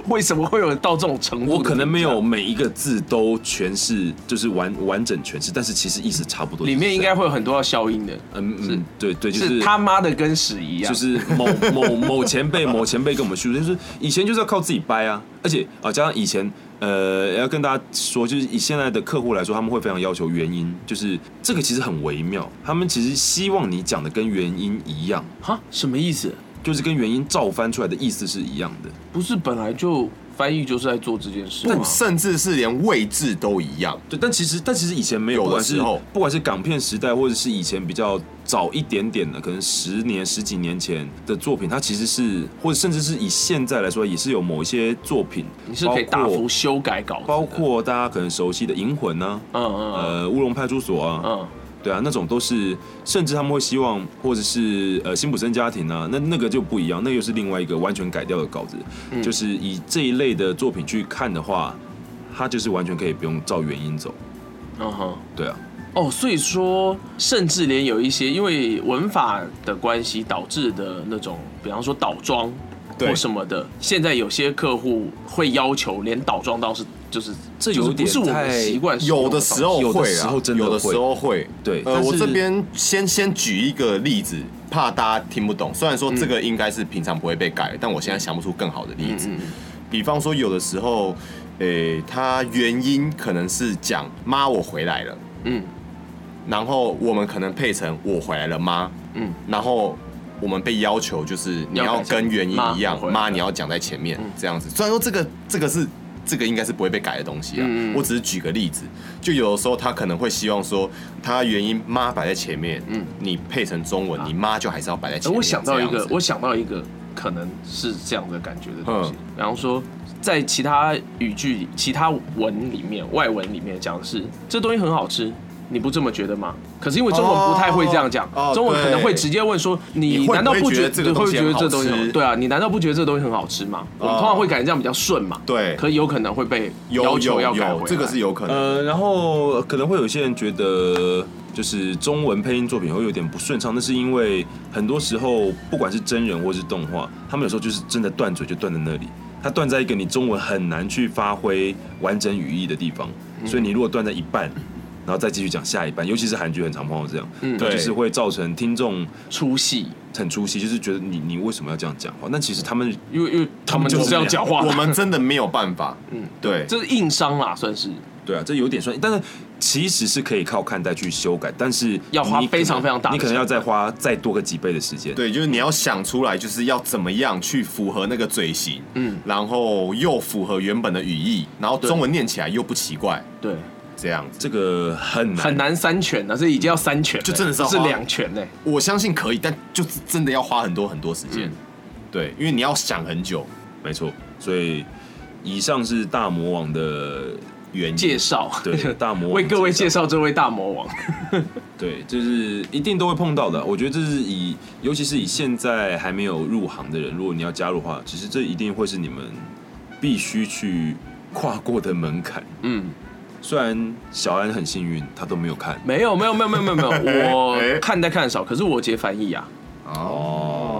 A: 为什么会有到这种程度？
C: 我可能没有每一个字都诠释，就是完完整诠释，但是其实意思差不多。
A: 里面应该会有很多要消音的，
C: 嗯
A: 是
C: 嗯，对对，就是
A: 他妈的跟屎一样，
C: 就是某某某前辈某前辈跟我们叙述，就是以前就是要靠自己掰啊，而且啊，加上以前呃，要跟大家说，就是以现在的客户来说，他们会非常要求原因，就是这个其实很微妙，他们其实希望你讲的跟原因一样，
A: 哈什么意思？
C: 就是跟原因照翻出来的意思是一样的。
A: 不是本来就翻译就是在做这件事吗
D: 但？甚至是连位置都一样，
C: 对，但其实但其实以前没有，
D: 有的
C: 不管是
D: 时候
C: 不管是港片时代，或者是以前比较早一点点的，可能十年十几年前的作品，它其实是或者甚至是以现在来说，也是有某一些作品，
A: 你是可以大
C: 包括
A: 幅修改稿子的，
C: 包括大家可能熟悉的《银魂》呢、
A: 嗯嗯
C: 呃，《乌龙派出所》啊，
A: 嗯
C: 对啊，那种都是，甚至他们会希望，或者是呃辛普森家庭啊，那那个就不一样，那又是另外一个完全改掉的稿子。
A: 嗯
C: 就是以这一类的作品去看的话，它就是完全可以不用照原因走。
A: 嗯哼。
C: 对啊，
A: 哦，所以说，甚至连有一些因为文法的关系导致的那种，比方说倒装
D: 对
A: 或什么的，现在有些客户会要求连倒装到是就是
C: 这
A: 就是
C: 有点
A: 不是我们
C: 太
A: 习惯使用
D: 有的
A: 倒装
D: 时候
C: 有的
D: 会
C: 时
D: 啊，
C: 候真的
D: 有的
C: 会
D: 时候会。
C: 对
D: 呃，
C: 但是
D: 我这边先先举一个例子，怕大家听不懂。虽然
A: 嗯
D: 说这个应该是平常不会被改，但我现在想不出更好的例
A: 嗯
D: 子。比方说，有的时候，诶、它原因可能是讲“妈，我回来了”，
A: 嗯
D: 然后我们可能配成“我回来了妈”，
A: 嗯
D: 然后我们被要求就是你
A: 要
D: 要
A: 改成
D: 跟原因一
A: 妈
D: 样
A: 回，来
D: 妈
A: 了
D: 你要讲在前
A: 嗯
D: 面这样子。虽然说这个这个是这个应该是不会被改的东西啊
A: 嗯嗯，
D: 我只是举个例子，就有的时候他可能会希望说他原因妈摆在前面，嗯，你配成中文，你妈就还是要摆在前
A: 啊哎
D: 面。
A: 我想到一
D: 这
A: 个
D: 样，子
A: 我想到一个可能是这样的感觉的东西
D: 嗯。
A: 然后说，在其他语句里、其他文里面、外文里面讲的是这东西很好吃。你不这么觉得吗？可是因为中文不太会这样讲，
D: 哦哦
A: 中文可能会
D: 对
A: 直接问说：“你
D: 你会
A: 难道
D: 不会
A: 觉
D: 觉得这个东
A: 会
D: 西
A: 觉得
D: 很
A: 这
D: 好
A: 东西很
D: 吃哦
A: 对啊？你难道不觉得这东西很好吃吗？”我们通常会改成这样比较顺嘛。
D: 对
A: 可有可能会被要
D: 有
A: 求
D: 有
A: 要改
D: 有，
A: 回来
D: 这个是有 可能。
C: 呃，然后可能会有些人觉得，就是中文配音作品会有点不顺畅，那是因为很多时候不管是真人或是动画，他们有时候就是真的断嘴就断在那里，它断在一个你中文很难去发挥完整语义的地方，所以你如果断在一半。然后再继续讲下一半，尤其是韩剧很常碰到这样，嗯，
D: 对
C: 就是会造成听众
A: 出戏，
C: 很出戏，就是觉得你你为什么要这样讲话？那其实他们
A: 因为因为他们
C: 就
A: 就是这样
C: 这
A: 讲
C: 样
A: 话，
D: 我们真的没有办法，嗯，对，
A: 这是硬伤啦，算是
C: 对啊，这有点算，但是其实是可以靠看待去修改，但是
A: 要花
C: 你可能
A: 非常非常大的
C: 你可能
A: 成
C: 要再花再多个几倍的时间。
D: 对，就是你要想出来，就是要怎么样去符合那个嘴型，
A: 嗯
D: 嗯，然后又符合原本的语义，然后中文念起来又不奇怪，
A: 对。
D: 这样子，
C: 这个很难，
A: 很难三全的，这已经要三全了，
D: 就真的是要
A: 不是
D: 花
A: 两全呢。
D: 我相信可以，但就是真的要花很多很多时
A: 嗯
D: 间，对，因为你要想很久，
C: 没错。所以以上是大魔王的
D: 原因
A: 介绍，
C: 对大魔王
A: 为各位
C: 介
A: 介
C: 绍
A: 绍这位大魔王，
C: 对，就是一定都会碰到的。我觉得这是以，尤其是以现在还没有入行的人，如果你要加入的话，其实这一定会是你们必须去跨过的门槛。
A: 嗯，
C: 虽然小安很幸运，他都没有看
A: 没有没有没有没有没有 没有，我
D: 哎
A: 看待看得少，可是我接翻译啊。哎
C: 哦。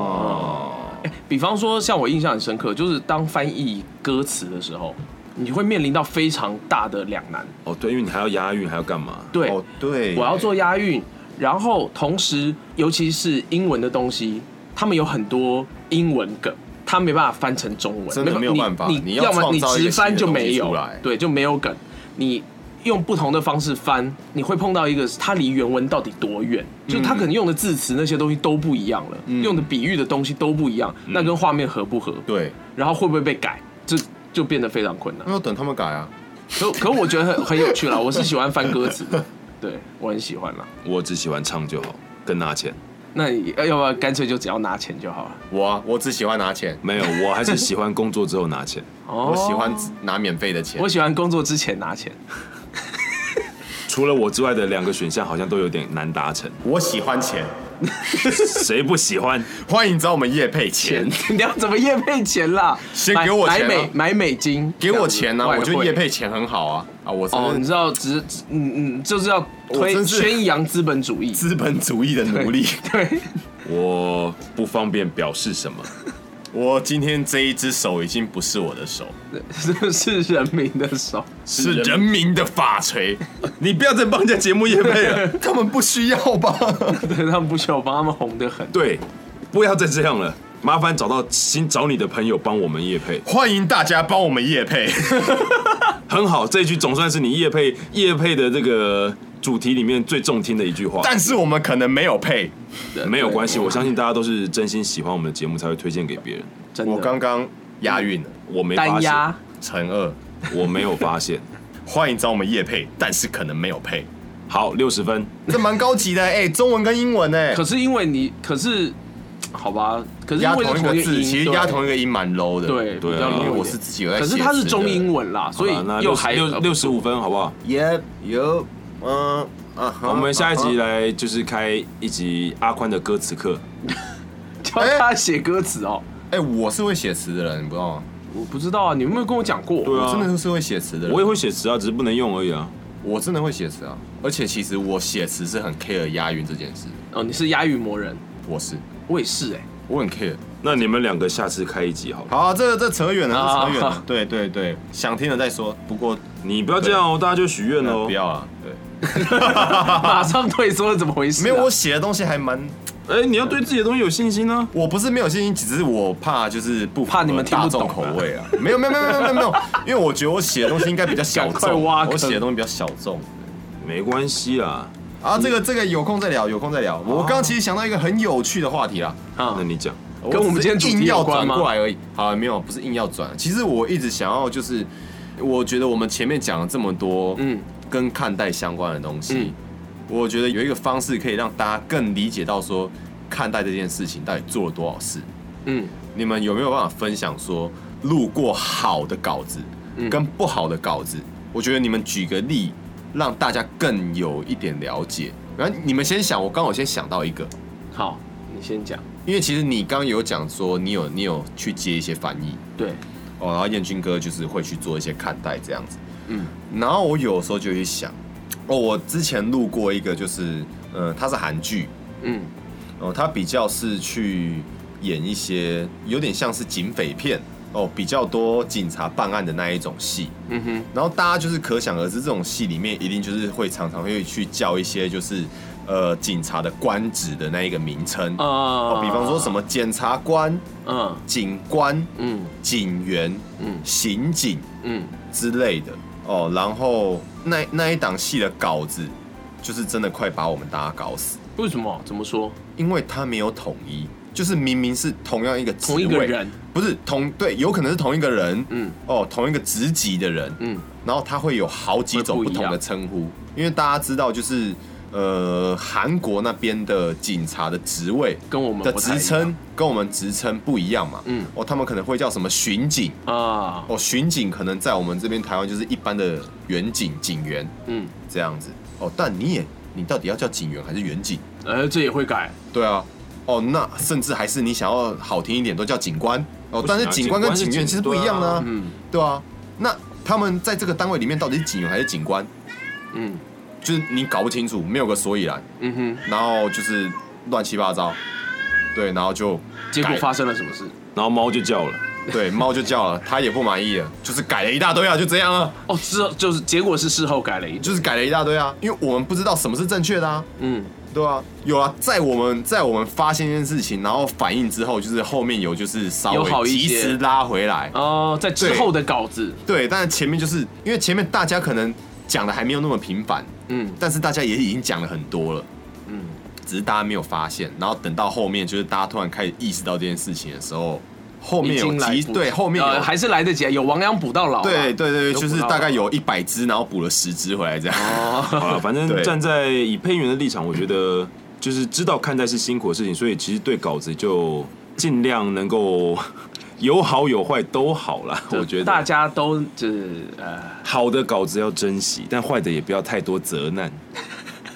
A: 比方说，像我印象很深刻，就是当翻译歌词的时候，你会面临到非常大的两难。
C: 哦，对，因为你还要押韵，还要干嘛？
A: 对，
D: 哦，对，
A: 我要做押韵，然后同时，尤其是英文的东西，他们有很多英文梗，他没办法翻成中文，
D: 真的没有办法
A: 你
D: 你要
A: 要么
D: 创
A: 你
D: 造一
A: 直
D: 个
A: 翻
D: 新的
A: 就
D: 东
A: 没
D: 西出
A: 有
D: 来，
A: 对，就没有梗。你用不同的方式翻，你会碰到一个它离原文到底多远，就是它可能用的字词那些东西都不一样了，用的比喻的东西都不一样，那跟画面合不合，
D: 嗯对，
A: 然后会不会被改，这就变得非常困难。
D: 那要等他们改啊，
A: 可可我觉得很很有趣啦，我是喜欢翻歌词的，对我很喜欢啦。
C: 我只喜欢唱就好，跟拿钱
A: 那你呃要要不要干脆就只要拿钱就好了？
D: 我啊，我只喜欢拿钱，
C: 没有，我还是喜欢工作之后拿钱，
A: 哦
D: 我喜欢拿免费的钱
A: 我，喜欢工作之前拿钱，
C: 除了我之外的两个选项好像都有点难达成，
D: 我喜欢钱，
C: 谁不喜欢？
D: 欢迎找我们叶配钱，
A: 你要怎么夜配钱啦？
D: 先
A: 买
D: 给我
A: 买
D: 钱啊
A: 美买美金，
D: 给我钱啊，
A: 外
D: 我
A: 汇
D: 觉得叶。配钱很好啊，啊，我
A: 哦，
D: 真
A: 你
D: 是
A: 知道，只只嗯嗯，就是要
D: 我
A: 推
D: 真是
A: 宣扬资本主义。
D: 资本主义的奴隶。
A: 对，
C: 我不方便表示什么。
D: 我今天这一只手已经不是我的手，
A: 是是人民的手。
D: 是人民的法锤。
C: 你不要再帮人家节目夜配了，
D: 他们不需要吧？
A: 对，他们不需要我帮他们红得很。
C: 对，不要再这样了。麻烦找到新找你的朋友帮我们夜配，
D: 欢迎大家帮我们夜配。
C: 很好，这一句总算是你夜配夜配的这个主题里面最中听的一句话。
D: 但是我们可能没有配。
A: 对
C: 没有关系，
A: 对
C: 我相信大家都是真心喜欢我们的节目才会推荐给别人。
A: 真的
D: 我刚刚押韵了，
C: 我没发
A: 单
C: 现，
A: 压
D: 乘二。
C: 我没有发 现。
D: 欢迎找我们夜配，但是可能没有配。
C: 好，六十分，
D: 这蛮高 级的哎、中文跟英文哎、
A: 可是因为你，可是好吧，可是因
D: 押
A: 为是
D: 同一个
A: 一
D: 字，
A: 音
D: 其实
A: 对
D: 押同一个音蛮 low 的。
A: 对
C: 对啊
A: 比较
C: 因为
A: 弱一
D: 我
A: 点
D: 是自己有在
A: 可是
D: 写
A: 它是
D: 词
A: 中
D: 的
A: 英文啦，所以
C: 好啦那
D: 呃
A: 又
C: 六十
A: 还
D: 啊
C: 六六十五分，好不好？
D: ，Yep，有，嗯，啊哈
A: uh-huh，
C: 我们下一集来就是开一集阿宽的歌词课，
A: 教他写歌词哦。
D: 哎、我是会写词的人，你不知道吗？
A: 我不知道啊，你有没有跟我讲过？
C: 对啊
D: 我真的是会写词的人，
C: 我也会写词啊，只是不能用而已啊。
D: 我真的会写词啊！而且其实我写词是很 care 押韵这件事，
A: 哦，你是押韵魔人，
D: 我是
A: 我 也是哎、
D: 我很 care。
C: 那你们两个下次开一集好了。
D: 好、啊，这这扯远了，
A: 啊
D: 这扯远了。对对对，想听了再说。不过、
C: 你不要这样哦，大家就许愿
D: 呃
C: 哦
D: 不。要啊，对，
A: 马上退缩，怎么回事、啊
D: 没有我，写的东西还蛮，
C: 哎，你要对自己的东西有信心啊。
D: 我不是没有信心，只是我怕就是不符合
A: 怕你们听
D: 大
A: 不懂
D: 众口味啊。没有没有没有没有没有没有，因为我觉得我写的东西应该比较小
A: 赶快
D: 众，啊
A: 挖坑
D: 我写的东西比较小众。
C: 没关系啦，
D: 啊，
A: 嗯
D: 这个这个有空再聊，有空再聊。我刚刚其实想到一个很有趣的话题啦，
A: 啊
C: 那你讲。
A: 跟我们今天主
D: 硬
A: 题
D: 要
A: 有关
D: 转
A: 吗
D: 过来而已。好，没有，不是硬要转。其实我一直想要，就是我觉得我们前面讲了这么多，
A: 嗯
D: 嗯，跟看待相关的东西，
A: 嗯
D: 我觉得有一个方式可以让大家更理解到说，看待这件事情到底做了多少事。
A: 嗯，
D: 你们有没有办法分享说，路过好的稿子
C: 嗯
D: 跟不好的稿子？我觉得你们举个例，让大家更有一点了解。然后你们先想，我刚好先想到一个，
A: 好，你先讲。
D: 因为其实你刚有讲说你有你有去接一些翻译
A: 对，
D: 哦，然后彦军哥就是会去做一些看待这样子，
A: 嗯，
D: 然后我有时候就去想，哦，我之前路过一个就是，呃，它是韩剧，
A: 嗯
D: 哦，他比较是去演一些有点像是警匪片哦，比较多警察办案的那一种戏。
A: 嗯哼，
D: 然后大家就是可想而知，这种戏里面一定就是会常常会去叫一些就是呃警察的官职的那一个名称，
A: 啊、
D: 哦，比方说什么检察官、
A: 嗯
D: 警官、
A: 嗯
D: 警员、
A: 嗯
D: 刑警
A: 嗯
D: 之类的哦。然后那那一档戏的稿子，就是真的快把我们大家搞死。
A: 为什么？怎么说？
D: 因为他没有统一，就是明明是同样一个职
A: 同一个
D: 位
A: 人，
D: 不是同对，有可能是同一个人，
A: 嗯
D: 哦，同一个职级的人，
A: 嗯
D: 然后他会有好几种
A: 会
D: 不
A: 不一样
D: 同的称呼，因为大家知道就是呃韩国那边的警察的职位
A: 跟我们
D: 的
A: 不太一
D: 职
A: 样
D: 称跟我们职称不一样嘛，
A: 嗯
D: 哦，他们可能会叫什么巡警，
A: 啊，
D: 哦，巡警可能在我们这边台湾就是一般的远警警员
A: 嗯，
D: 这样子，哦，但你也你到底要叫警员还是远警？
A: 呃，这也会改，
D: 对啊，哦，那甚至还是你想要好听一点，都叫警官哦
C: 不行啊。
D: 但是警官跟警员其实不一样的、啊，
A: 警官是嗯警
D: 对啊。那他们在这个单位里面到底是警员还是警官，
A: 嗯
D: 就是你搞不清楚，没有个所以然，
A: 嗯哼，
D: 然后就是乱七八糟，对，然后就
A: 结果
D: 改
A: 发生了什么事？
C: 然后猫就叫了，
D: 对猫就叫了，它也不满意了，就是改了一大堆啊，就这样啊，
A: 哦，之后就是结果是事后改了一，
D: 就是改了一大堆啊，因为我们不知道什么是正确的啊。
A: 嗯
D: 对啊，有啊，在我们在我们发现这件事情，然后反应之后，就是后面有就是稍
A: 有好
D: 微
A: 一些
D: 及时拉回来，
A: 哦，在之
D: 对
A: 后的稿子，
D: 对，但是前面就是因为前面大家可能讲的还没有那么频繁，
A: 嗯
D: 但是大家也已经讲了很多了，
A: 嗯
D: 只是大家没有发现。然后等到后面，就是大家突然开始意识到这件事情的时候，后面有
A: 已经来
D: 集
A: 不
D: 对后面有、
A: 呃还是来得及啊，有亡羊补到老啊，
D: 对对对，
A: 有补
D: 就是
A: 到
D: 大
A: 老
D: 概有一百只，然后补了十只回来这样。
A: 哦，
C: 好了，反正
D: 对
C: 站在以配音员的立场，我觉得就是知道看待是辛苦的事情，所以其实对稿子就尽量能够 有好有坏都好啦。我觉得
A: 大家都就是呃，
C: 好的稿子要珍惜，但坏的也不要太多责 难。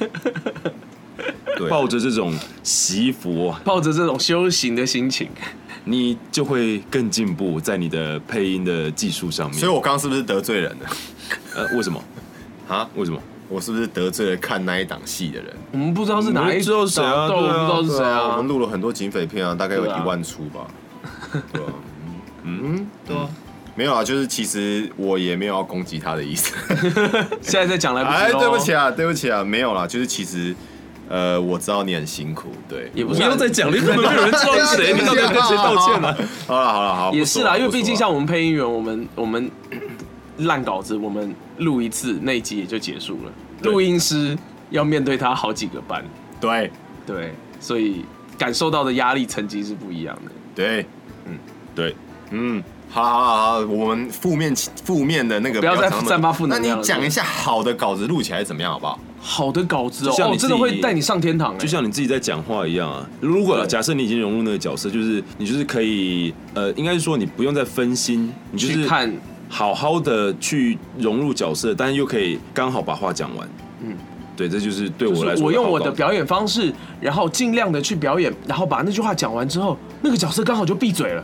C: 啊
D: 对
C: 抱着这种习服，
A: 抱着这种修行的心 情，
C: 你就会更进步在你的配音的技术上面
D: 所以。我刚刚是不是得罪人了？
C: 呃，为什么？
D: 啊，
C: 为什么？
D: 我是不是得罪了看那一档戏的人？
A: 我们不知道是哪一
C: 我们不知道是谁啊
A: 对我
C: 对
A: 们
C: 啊
A: 不知道是谁
D: 我
A: 啊
D: 们，录了很多警匪片啊，大概有
A: 对啊
D: 一万出 吧。对啊，嗯，对啊，没有啊，就是其实我也没有要攻击他的意 思。
A: 哦现在在讲来不及
D: 哎，
A: 咯
D: 对不起，啊，对不起啊，没有啦，就是其实，呃，我知道你很辛苦，对，
A: 也不
C: 不
A: 是啊
C: 要再讲了，根本没有人知道是 谁，你到底要跟谁道歉呢、啊？
D: 好了好了好，
A: 啊也
D: 不说
A: 是
D: 了
A: 啦，因为
D: 不啊说
A: 毕竟
D: 了
A: 像我们配音员，我们我们 烂稿子，我们录一次那一集也就结束了。
D: 对
A: 录音师要面对他好几个班，
D: 对
A: 对，所以感受到的压力层级是不一样的。
D: 对，
C: 对，
D: 嗯。好好好好，我们负面负面的那个
A: 不要再
D: 常
A: 散发负能量
D: 那
A: 了
D: 你讲一下好的稿子录起来怎么样，好不好？
A: 好的稿子哦，
C: 就像
A: 哦
C: 你自
A: 真
C: 己
A: 的会带你上天堂哎、
C: 就像你自己在讲话一样啊。如果
A: 对
C: 假设你已经融入那个角色，就是你就是可以，呃，应该是说你不用再分心，你就
A: 去
C: 是
A: 看
C: 好好的去融入角色，但是又可以刚好把话讲完。嗯，对，这就是对我来
A: 就是
C: 说，
A: 我用我的，表演方式，然后尽量的去表演，然后把那句话讲完之后，那个角色刚好就闭嘴了，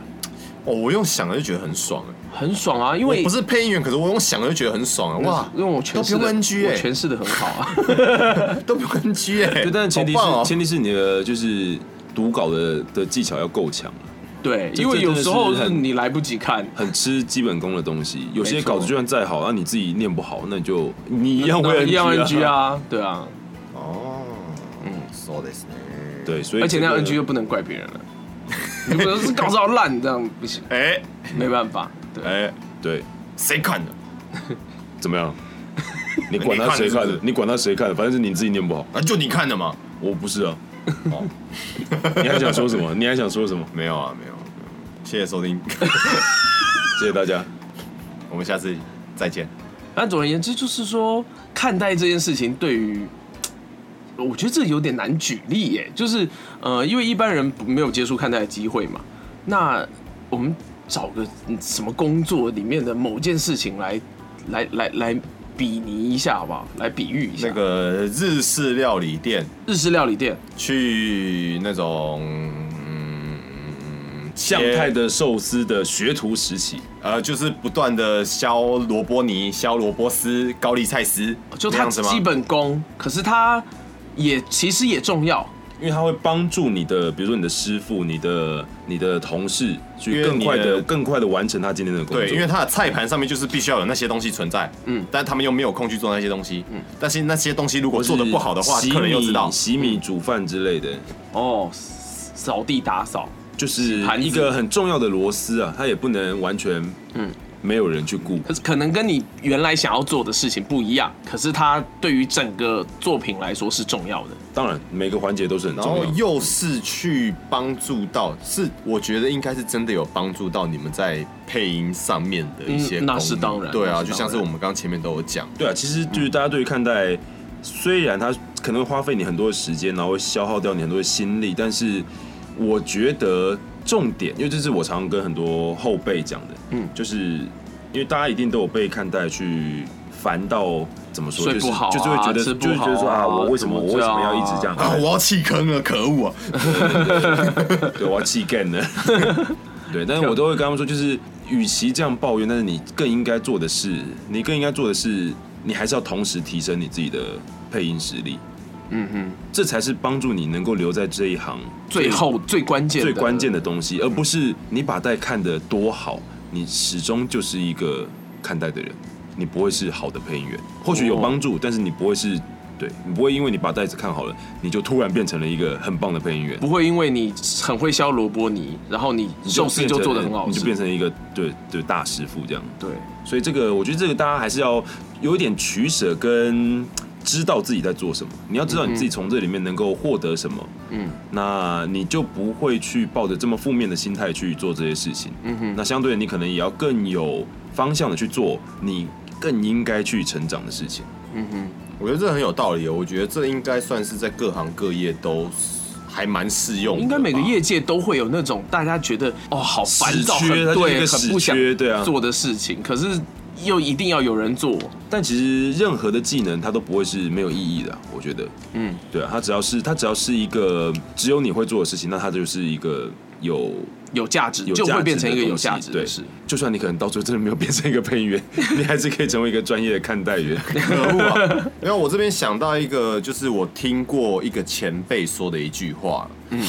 D: 哦，我用想的就觉得很爽哎、
A: 很爽啊！因
D: 我
A: 为
D: 不是配音员，可是我用想的就觉得很爽啊！哇，
A: 因为我
D: 都
A: 诠
D: 不
A: 释
D: 用
A: 的
D: NG
A: 我
C: 欸
D: 哎、
A: 诠释的很好 啊。
D: 都不用 NG 哎、
C: 对，但是前提是、
D: 好棒哦
C: 前提是你的就是读稿的的技巧要够强，
A: 对，
C: 这
A: 因为有时候
C: 这真的是
A: 是
C: 很
A: 你来不及看，
C: 很吃基本功的东西。有些
A: 没错
C: 稿子就算再好，那啊你自己念不好，那你就你一样会 NG
A: 一样
C: 啊
A: NG。啊，对啊，
D: 哦，嗯，そうですね。
C: 对，所以
A: 而且
C: 这
A: 那样
C: 个
A: NG 又不能怪别人了， 如果是稿子好烂，这样不行，
D: 哎
A: 没办法。对，
D: 哎，
C: 对
D: 谁看的？
C: 怎么样？你管
D: 你
C: 他
D: 看
C: 谁看的
D: 是不，是
C: 你管他谁看的，反正是你自己念不好。
D: 啊，就你看的吗？
C: 我不是啊。你还想说什么？你还想说什么？
D: 没有啊，没有。没有谢谢收听，
C: 谢谢大家。
D: 我们下次再见。
A: 那总而言之，就是说看待这件事情，对于我觉得这有点难举例耶，就是呃，因为一般人没有接触看待的机会嘛，那我们找个嗯什么工作里面的某件事情来来来来比拟一下，好不好？来比喻一下，
D: 那个日式料理店，
A: 日式料理店，
D: 去那种嗯，
C: 向
D: 切
C: 太的寿司的学徒时期，
D: 呃，就是不断的削萝卜泥、削萝卜丝、高丽菜丝，
A: 哦就
D: 这
A: 它
D: 样子吗
A: 基？本功，可是它也其实也重要，
C: 因为他会帮助你的，比如说你的师傅、你的、你的同事，
D: 因
C: 去
D: 为
C: 更
D: 你
C: 快
D: 的
C: 的、更快的完成他今天的工作。
D: 对，因为它的菜盘上面就是必须要有那些东西存在，嗯
A: 嗯，
D: 但他们又没有空去做那些东西，嗯，但是那些东西如果做的不好的话，
C: 洗
D: 客人又知道嗯
C: 米、，洗米煮饭之类的，
A: 哦，扫地打扫，
C: 就是
A: 盘子
C: 一个很重要的螺丝啊，它也不能完全嗯没有人去顾。
A: 可是可能跟你原来想要做的事情不一样，可是它对于整个作品来说是重要的。
C: 当然，每个环节都是很
D: 然
C: 重
D: 后
C: 要的。
D: 又是去帮助到，是我觉得应该是真的有帮助到你们在配音上面的一些功
A: 嗯
D: 能、
A: 那是当然
D: 对啊，
A: 那是当然
D: 就像是我们刚刚前面都有讲，
C: 对啊，其实
A: 嗯
C: 就是大家对于看待，虽然它可能会花费你很多的时间，然后会消耗掉你很多的心力，但是我觉得重点，因为这是我常常跟很多后辈讲的，嗯，就是因为大家一定都有被看待去烦到怎么说，
A: 睡
C: 就是
A: 不好啊
C: 就是会觉得，就
A: 吃不
C: 是
A: 好
C: 觉
A: 啊
C: 得说啊，我为什么我
A: 怎么
C: 为
A: 这
C: 什
A: 样啊
C: 么要一直这样？
D: 啊，我要弃坑了，可恶啊！
C: 对，我要气干了。 对，但是我都会跟他们说，就是与其这样抱怨，但是你更应该做的是，你更应该做的是，你还是要同时提升你自己的配音实力。
A: 嗯哼，
C: 这才是帮助你能够留在这一行
A: 最后最关键
C: 最
A: 的
C: 关键的东西，而不是你把带看得多好，你始终就是一个看待的人，你不会是好的配音员。或许有
A: 哦
C: 帮助，但是你不会是。对你不会因为你把袋子看好了，你就突然变成了一个很棒的配音员，
A: 不会因为你很会削萝卜泥，然后你
C: 你
A: 寿司就
C: 变成
A: 做的很好
C: 你就
A: 吃
C: 变。成一个对对大师傅这样。
A: 对，
C: 所以这个我觉得这个大家还是要有一点取舍跟。知道自己在做什么，你要知道你自己从这里面能够获得什么，
A: 嗯，
C: 那你就不会去抱着这么负面的心态去做这些事情，嗯哼，那相对的你可能也要更有方向的去做你更应该去成长的事情，
D: 我觉得这很有道理哦，我觉得这应该算是在各行各业都还蛮适用的吧，
A: 应该每个业界都会有那种大家觉得哦好烦躁，
C: 死缺它就
A: 很
C: 是一
A: 对，
C: 个
A: 很不
C: 死
A: 想
C: 缺对啊
A: 做的事情，可是又一定要有人做。
C: 但其实任何的技能它都不会是没有意义的啊、我觉得，
A: 嗯，
C: 对啊，它只要是它只要是一个只有你会做的事情，那它就是一个有
A: 有价值
C: 有
A: 就
C: 价
A: 会
C: 值
A: 变成
C: 的
A: 一个
C: 东
A: 有
C: 西
A: 价值的
C: 对
A: 事。
C: 就算你可能到最后真的没有变成一个配音员，你还是可以成为一个专业的看待 员。
D: 可恶啊！ 然后我这边想到一个，就是我听过一个前辈说的一句话，嗯，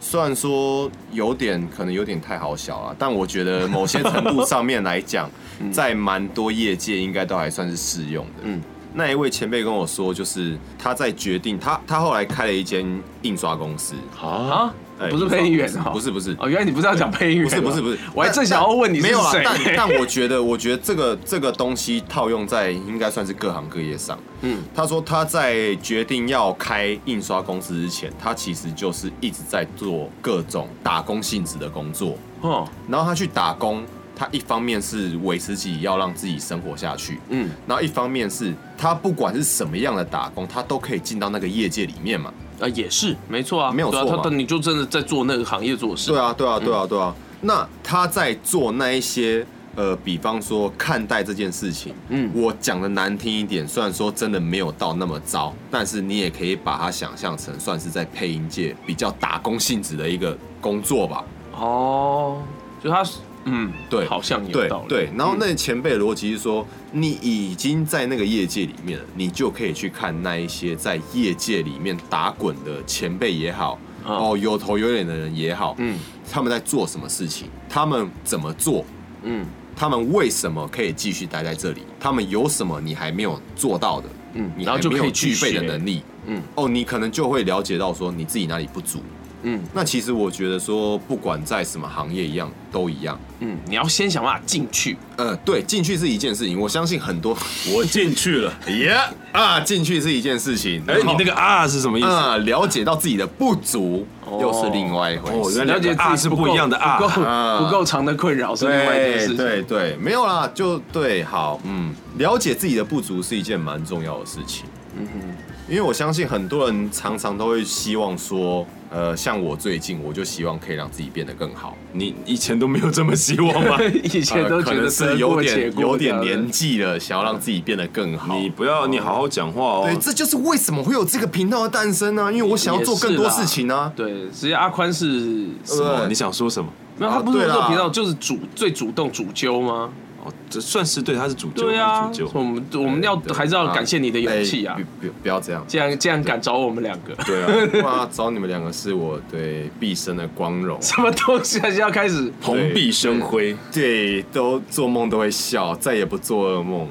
D: 虽然说有点可能有点太好笑了，但我觉得某些程度上面来 讲，在蛮多业界应该都还算是适用的。嗯
A: 嗯，
D: 那一位前辈跟我说，就是他在决定他他后来开了一间印刷公司，
C: 啊，
A: 啊
D: 哎，
A: 不是配音员
D: 不是
A: 哦，
D: 不是不是
A: 哦，原来你不是要讲配音 员
D: 不
A: 哦，
D: 是不是不是，
A: 我还
D: 但
A: 正想要问你
D: 但
A: 是
D: 没有啦
A: 谁，
D: 但但我觉得，我觉得这个这个东西套用在应该算是各行各业上。嗯
A: 嗯，
D: 他说他在决定要开印刷公司之前，他其实就是一直在做各种打工性质的工作，
A: 哦，
D: 然后他去打工。他一方面是维持自己要让自己生活下去，
A: 嗯，
D: 然后一方面是他不管是什么样的打工，他都可以进到那个业界里面嘛。
A: 啊，也是，没错啊，
D: 没有
A: 对啊
D: 错嘛
A: 他等你就真的在做那个行业做事，
D: 啊对，啊，对啊，对啊，对啊。那他在做那一些呃，比方说看待这件事情，
A: 嗯
D: 我讲的难听一点，虽然说真的没有到那么糟，但是你也可以把它想象成算是在配音界比较打工性质的一个工作吧。
A: 哦，就他是嗯，
D: 对，
A: 好像有
D: 对
A: 道理，嗯
D: 对，然后那前辈的逻辑是说，你已经在那个业界里面了，你就可以去看那一些在业界里面打滚的前辈也好，
A: 嗯
D: 哦，有头有脸的人也好，
A: 嗯
D: 他们在做什么事情，他们怎么做，
A: 嗯
D: 他们为什么可以继续待在这里？他们有什么你还没有做到的？
A: 嗯
D: 你
A: 然后
D: 还
A: 就
D: 没
A: 可
D: 有
A: 以去
D: 具备的
A: 学
D: 能力。
A: 嗯
D: 哦，你可能就会了解到说你自己哪里不足。
A: 嗯
D: 那其实我觉得说，不管在什么行业一样都一样。
A: 嗯，你要先想办法进去，
D: 呃，对，进去是一件事情，我相信很多
C: 我进去 了。
D: 耶啊，进去是一件事情。
C: 哎、
D: 然
C: 你
D: 后
C: 那个啊是什么意思？
A: 嗯
D: 啊，了解到自己的不足
A: 哦
D: 又是另外一回
C: 哦，
D: 事。
C: 原来
A: 了
C: 了解
A: 解
C: 啊
A: 自己
C: 是不一样的啊
A: 不。够
D: 啊
A: 不够长的困扰是另外一件
D: 对
A: 事情，
D: 对对，没有啦，就对，好，嗯，了解自己的不足是一件蛮重要的事情。
A: 嗯哼，
D: 因为我相信很多人常常都会希望说，呃，像我最近，我就希望可以让自己变得更好。
C: 你以前都没有这么希望 吗？
A: 以前
D: 呃
A: 都
D: 可
A: 觉得
D: 能
A: 得
D: 是有
A: 过且
D: 点
A: 过
D: 有点
A: 这样
D: 年
A: 子，
D: 纪了，想要让自己变得更好。
C: 你不要，你好好讲话
D: 对，
C: 哦。
D: 这就是为什么会有这个频道的诞生呢、因为我想要做更多事情啊。
A: 对，实际阿宽是
C: 什么？
D: 对
C: 你想说什么？
A: 没有他不是
D: 啊对
A: 这
D: 啦
A: 个频道就是主最主动主揪吗？
C: 哦，这算是对，他是主救，
A: 对啊
C: 他是，主
A: 我
C: 救。
A: 们我们要
D: 对
A: 还是要感谢你的勇气啊
D: 哎，不不不要这样。
A: 这样这样敢找我们两个。
D: 对啊， 哇，找你们两个是我对毕生的光荣。
A: 什么东西啊？就要开始
C: 蓬荜生辉，
D: 对，都做梦都会笑，再也不做噩梦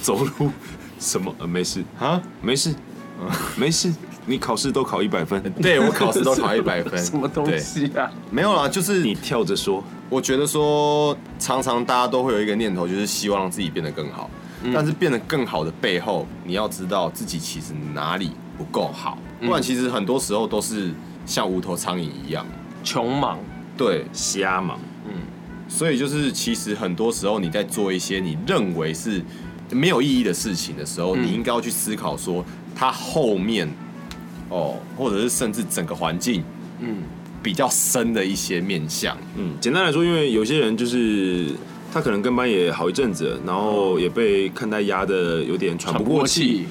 C: 走路什么？呃没事，
D: 啊。
C: 没事， 没事。你考试都考一百分，
D: 对我考试都考一百分，
A: 什么东
D: 对？
A: 西啊？
D: 没有啦，就是
C: 你跳着说。
D: 我觉得说，常常大家都会有一个念头，就是希望让自己变得更好。但是变得更好的背后，你要知道自己其实哪里不够好，不然其实很多时候都是像无头苍蝇一样。
A: 穷忙，
D: 对，
C: 瞎忙，
D: 所以就是其实很多时候你在做一些你认为是没有意义的事情的时候，你应该要去思考说它后面哦，或者是甚至整个环境
A: 嗯，
D: 比较深的一些面向。
C: 嗯，简单来说，因为有些人就是他可能跟班也好一阵子了，然后也被看待压的有点喘不过气，，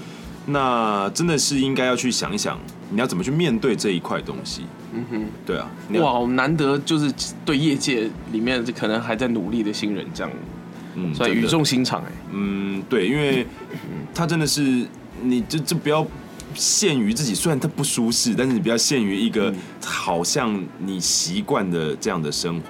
C: 那真的是应该要去想一想，你要怎么去面对这一块东西。
A: 嗯哼。
C: 对啊，你要
A: 哇，我们难得就是对业界里面可能还在努力的新人这样，
C: 嗯，
A: 所以
C: 真的
A: 语重心长哎、
C: 嗯，对，因为他真的是，你就就不要限于自己，虽然他不舒适，但是你不要限于一个
A: 嗯
C: 好像你习惯的这样的生活。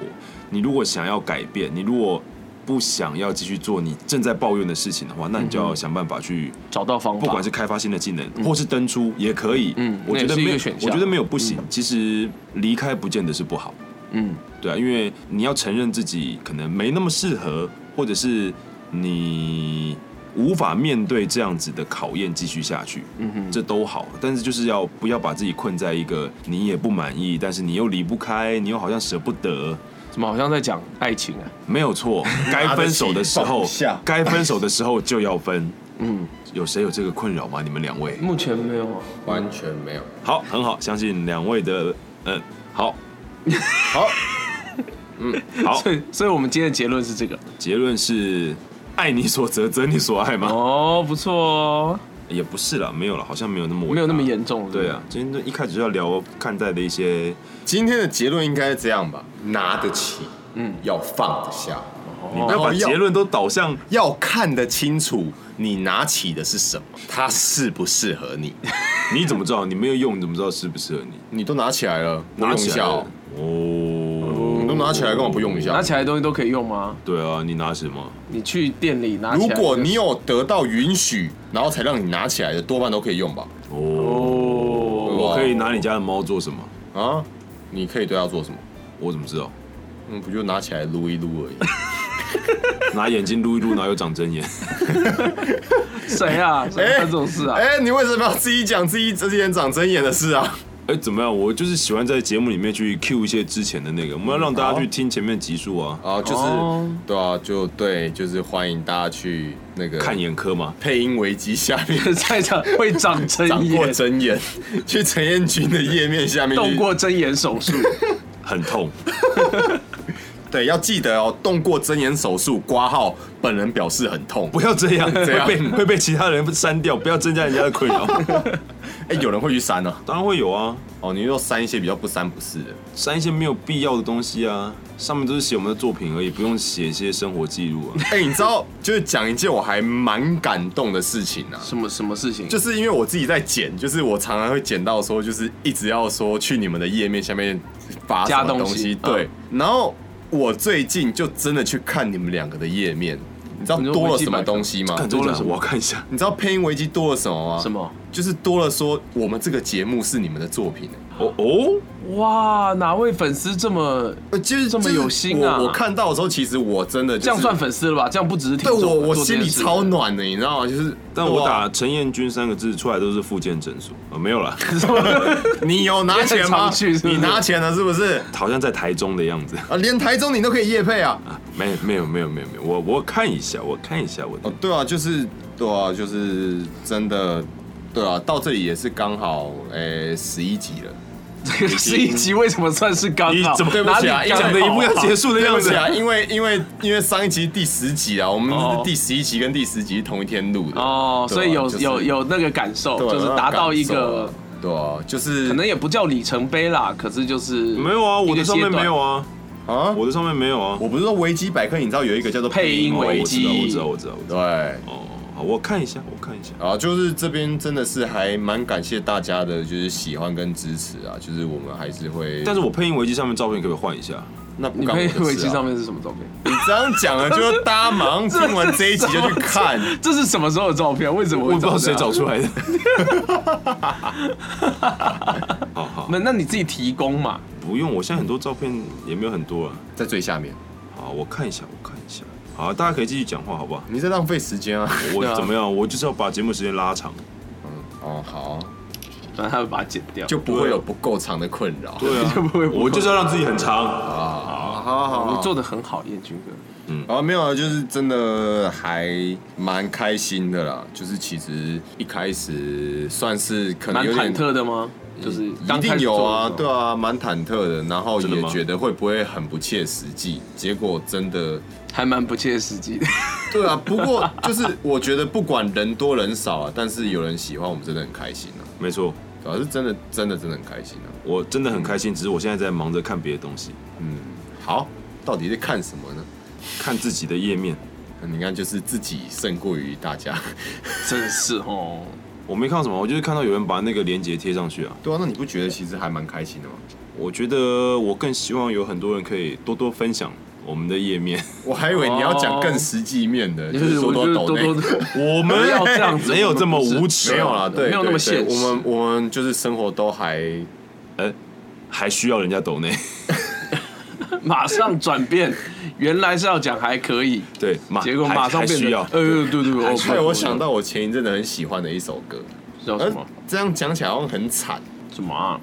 C: 你如果想要改变，你如果不想要继续做你正在抱怨的事情的话，那你就
A: 嗯
C: 要想办法去，
A: 找到方法，
C: 不管是开发新的技能，或是登出也可以。
A: 嗯
C: 我觉
A: 那也
C: 得
A: 是一
C: 没有
A: 个选，项
C: 我觉得没有不行。其实离开不见得是不好。
A: 嗯
C: 对啊，因为你要承认自己可能没那么适合，或者是你无法面对这样子的考验继续下去，
A: 嗯哼，
C: 这都好。但是就是要不要把自己困在一个你也不满意，但是你又离不开，你又好像舍不得。
A: 怎么好像在讲爱情啊？
C: 没有 错，该分手的时
D: 放
C: 候
D: 不下，
C: 该分手的时候就要分。
A: 嗯，
C: 有谁有这个困扰吗？你们两位？
A: 目前没有啊。
D: 完全没有。
C: 好，很好，相信两位的，嗯， 好，好，嗯，好
A: 所，以，所以我们今天的结论是这个。
C: 结论是。爱你所责，责你所爱吗？
A: 哦，不错哦，
C: 也不是啦，没有了，好像没有那么伟大
A: 没有那么。严重。
C: 对啊，，今天就一开始就要聊看待的一些，
D: 今天的结论应该是这样吧：拿得起，
A: 嗯
D: 嗯，要放得下，
A: 哦
C: 你不要把结论都导向
D: 要看得清楚你拿起的是什么，它适不适合 你。
C: 你怎么知道？你没有用，你怎么知道适不适合你？
D: 你都拿起来了，不
C: 拿
D: 用一
C: 起来
D: 下哦
C: 了哦，
D: 你都拿起来，干嘛不用一下
A: 拿？起来的东西都可以用吗？
C: 对啊，你拿什么？
A: 你去店里拿
D: 如
A: 起来。
D: 果你有得到允许，然后才让你拿起来的，多半都可以用吧？
C: 哦，我可以拿你家的猫做什么？
D: 啊，你可以对它做什么？
C: 我怎么知道？
D: 嗯，不就拿起来撸一撸而 已。
C: 拿眼睛撸一撸，哪有长针眼？
A: 谁啊？谁干这种事啊？
D: 哎，你为什么要自己讲自己之前长针眼的事啊？
C: 哎，怎么样？我就是喜欢在节目里面去 cue 一些之前的那个，我们要让大家去听前面集数啊，
D: 啊，就是
A: 哦
D: 对啊，就对，就是欢迎大家去那个
C: 看眼科嘛。
D: 配音危机下 面
A: 在场会长针
D: 长过
A: 眼，
D: 针眼，去陈
C: 嗯
D: 彦君的页面下面去
A: 动过针眼手术。
C: 很痛，
D: 对，要记得哦，动过睁眼手术，挂号，本人表示很痛。
C: 不要 这样，
D: 这样
C: 会被会被其他人删掉，不要增加人家的困扰。
D: 哎、有人会去删呢、
C: 当然会有啊，
D: 哦，你又删一些比较不三不四的，
C: 删一些没有必要的东西啊，上面都是写我们的作品而已，不用写一些生活记录 啊。
D: 哎、你知道，就是讲一件我还蛮感动的事情啊，
A: 什么什么事情？
D: 就是因为我自己在剪，就是我常常会剪到说，就是一直要说去你们的页面下面发什
A: 加
D: 么
A: 东
D: 东
A: 西嗯
D: 西，对。然后我最近就真的去看你们两个的页面，你知道
A: 你说
D: 多了
A: 维基
D: 什么
A: 百科
D: 东西吗？
C: 看
A: 多
C: 这
A: 了
C: 讲
A: 什么
C: 我要看一下。
D: 你知道配音危机多了什么吗？
A: 什？么？
D: 就是多了说我们这个节目是你们的作品、
C: 哦哦，
A: 哇，哪位粉丝这么
D: 呃，就是
A: 这么
D: 就是
A: 有心啊
D: 我我看到的时候，其实我真的、就是、
A: 这样算粉丝了吧？这样不只是听
D: 对
A: 众
D: 我我
A: 做这
D: 心
A: 件
D: 里
A: 事
D: 超暖的，你知道吗？就是
C: 但我
D: 哇
C: 打陈彦君三个字出来都是附件诊所啊，没有啦，
D: 你有拿 钱
A: 也很
D: 吗
A: 常去是？不是
D: 你拿钱了是不是？
C: 好像在台中的样子。
D: 啊，连台中你都可以夜配啊！
C: 没没有没有没有没有，我我看一下，我看一下我的
D: 哦，对啊，就是对啊，就是真的，对啊，到这里也是刚好诶十一集了。
A: 这个十一集为什么算是刚
C: 你
A: 好？
C: 怎么
D: 对不起啊，
A: 哪里
D: 因为
A: 刚
C: 讲得一步要结束的样子
D: 对不起啊，因为因为因为上一集第十集啊，我们
A: 哦
D: 是第十一集跟第十集同一天录的
A: 哦，
D: 对啊
A: 所以有
D: 就是
A: 有有那个感受，
D: 对啊
A: 就是达到一个。
D: 对啊，就是
A: 可能也不叫里程碑啦，可是就是
C: 没有啊，我的上面没有
A: 啊，
C: 啊，
D: 啊，我
C: 我的上面没有啊。
D: 我不是说维基百科，你知道有一个叫做
A: 配音
C: 哦
A: 维
C: 我知道
A: 基
C: 我知道我知道我知道。
D: 对。
C: 哦，好我看一下，我看一下。
D: 啊，就是这边真的是还蛮感谢大家的，就是喜欢跟支持啊，就是我们还是会，
C: 但是我配音维基上面照片可不可以换一下？
D: 那不
A: 你
D: 干我
A: 配
D: 的事啊
A: 维基上，面是什么照片？
D: 你这样讲了，就是大家马上听完这一集就去看，
A: 这是什么时候的照片？为什么
C: 我也
A: 会
C: 不知道
A: 这
C: 谁
A: 样
C: 找出来的。好好，
A: 那那你自己提供嘛？
C: 不用，我现在很多照片也没有很多啊。
D: 在最下面，
C: 好，我看一下，我看一下。好，大家可以继续讲话，好不好？
D: 你在浪费时间啊。
A: 对啊
C: 我怎么样？我就是要把节目时间拉长。
D: 哦，好，
A: 反正他会把它剪掉。
D: 就不会有不够长的困扰。
C: 对啊
A: 就不会，
C: 我就是要让自己很长。
D: 好好好
C: 啊
A: 你做的很好，彦君哥。
D: 啊，没有啊，就是真的还蛮开心的啦。就是其实一开始算是可能
A: 蛮
D: 有
A: 忐
D: 点嗯
A: 忑的吗？就是
D: 一
A: 刚开
D: 定
A: 始
D: 有
A: 做的
D: 啊，
A: 时候
D: 对啊，蛮忐忑的，然后
C: 真的
D: 也
C: 吗
D: 觉得会不会很不切实际，结果真的，
A: 还蛮不切实际的。
D: 对啊。不过就是我觉得不管人多人少啊，但是有人喜欢我们真的很开心啊，
C: 没错，
D: 主要是真的真的真的很开心啊。
C: 我真的很开心，只是我现在在忙着看别的东西，
D: 好，到底在看什么呢？
C: 看自己的页面。
D: 你看，就是自己胜过于大家，
A: 真的是哦，
C: 我没看到什么，我就是看到有人把那个链接贴上去啊。
D: 对啊。那你不觉得其实还蛮开心的吗？
C: 我觉得我更希望有很多人可以多多分享我们的页面。
D: 我还以为你要讲更实际面的，就是
A: 我
D: 多
A: 哦就是
D: 抖
A: 多
D: 内
A: 多。
C: 我
A: 们要这样子
C: 没有这么
A: 我们不
C: 无耻，
A: 是啊
D: 没有啦，对，
A: 没有那么
D: 对对
A: 现实
D: 我们我们就是生活都还
C: 哎，还需要人家抖内。
A: 马上转变，原来是要讲还可以，
C: 对，马
A: 结果
C: 还
A: 马上
C: 还
A: 变
C: 需
A: 成
C: 要。
A: 呃，对对对，哦
D: 害我想到我前一阵子很喜欢的一首歌，
A: 叫哦什么
D: 呃这样讲起来好像很惨。
A: 什么啊？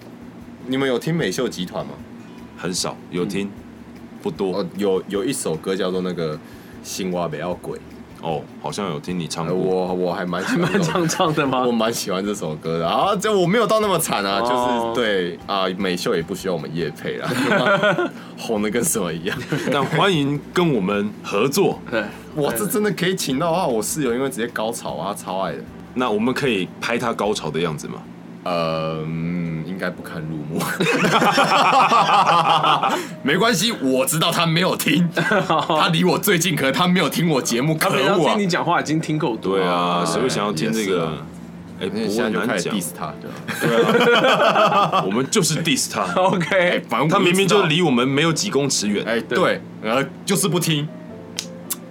D: 你们有听美秀集团吗？
C: 很少有听，不多
D: 哦，有有一首歌叫做那个《青蛙不要鬼》，
C: 哦，好像有听你唱
A: 嗯
D: 呃
C: 过。
D: 我我还蛮喜欢这
A: 蛮
D: 首
A: 常
D: 歌。
A: 唱的吗
D: 我？蛮喜欢这首歌的啊，这我没有到那么惨啊，
A: 哦
D: 就是对啊，美秀也不需要我们夜配啦， 红的跟什么一样。
C: 但欢迎跟我们合作，
A: 对，
D: 哇，这真的可以请到啊！我室友因为直接高潮啊，他超爱的。
C: 那我们可以拍他高潮的样子吗？
D: 呃，嗯应该不堪入目。没关系，我知道他没有听，他离我最近，可是他没有听我节目，可
A: 他平常
D: 恶啊
A: 听！你讲话已经听够多
C: 对
A: 了，
C: 啊，
D: 啊
C: 谁会想要听这个？哎，不过
D: 现在就开
C: 难
D: 始
C: 讲，
D: diss 他，
C: 我们就是 diss 他，
A: OK，
D: 哎反正
C: 他明明就
D: 我不知
C: 离我们没有几公尺
D: 道
C: 远，
D: 哎，对，呃，就是不听，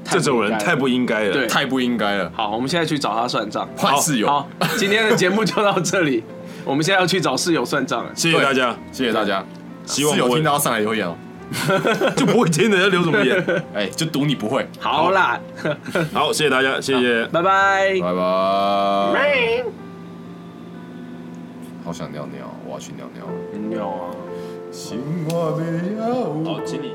C: 这种人太不应该了。
A: 对
D: 太不应该了。
A: 好。我们现在去找他算账。
D: 换室友
A: 好，，今天的节目就到这里，我们现在要去找室友算账了。
C: 谢谢大家，
D: 谢谢大家。
C: 希望
D: 室友
C: 我
D: 听到要上来留言哦。
C: 就不会听人家留什么 言。
D: 哎，就赌你不会，
A: 好啦，
C: 好，谢谢大家，谢谢。
A: 拜拜。
D: 拜拜。好想
A: 嗯
D: 尿尿，我要去尿尿了。
A: 没有啊。
D: 心我不要
C: 好，经理。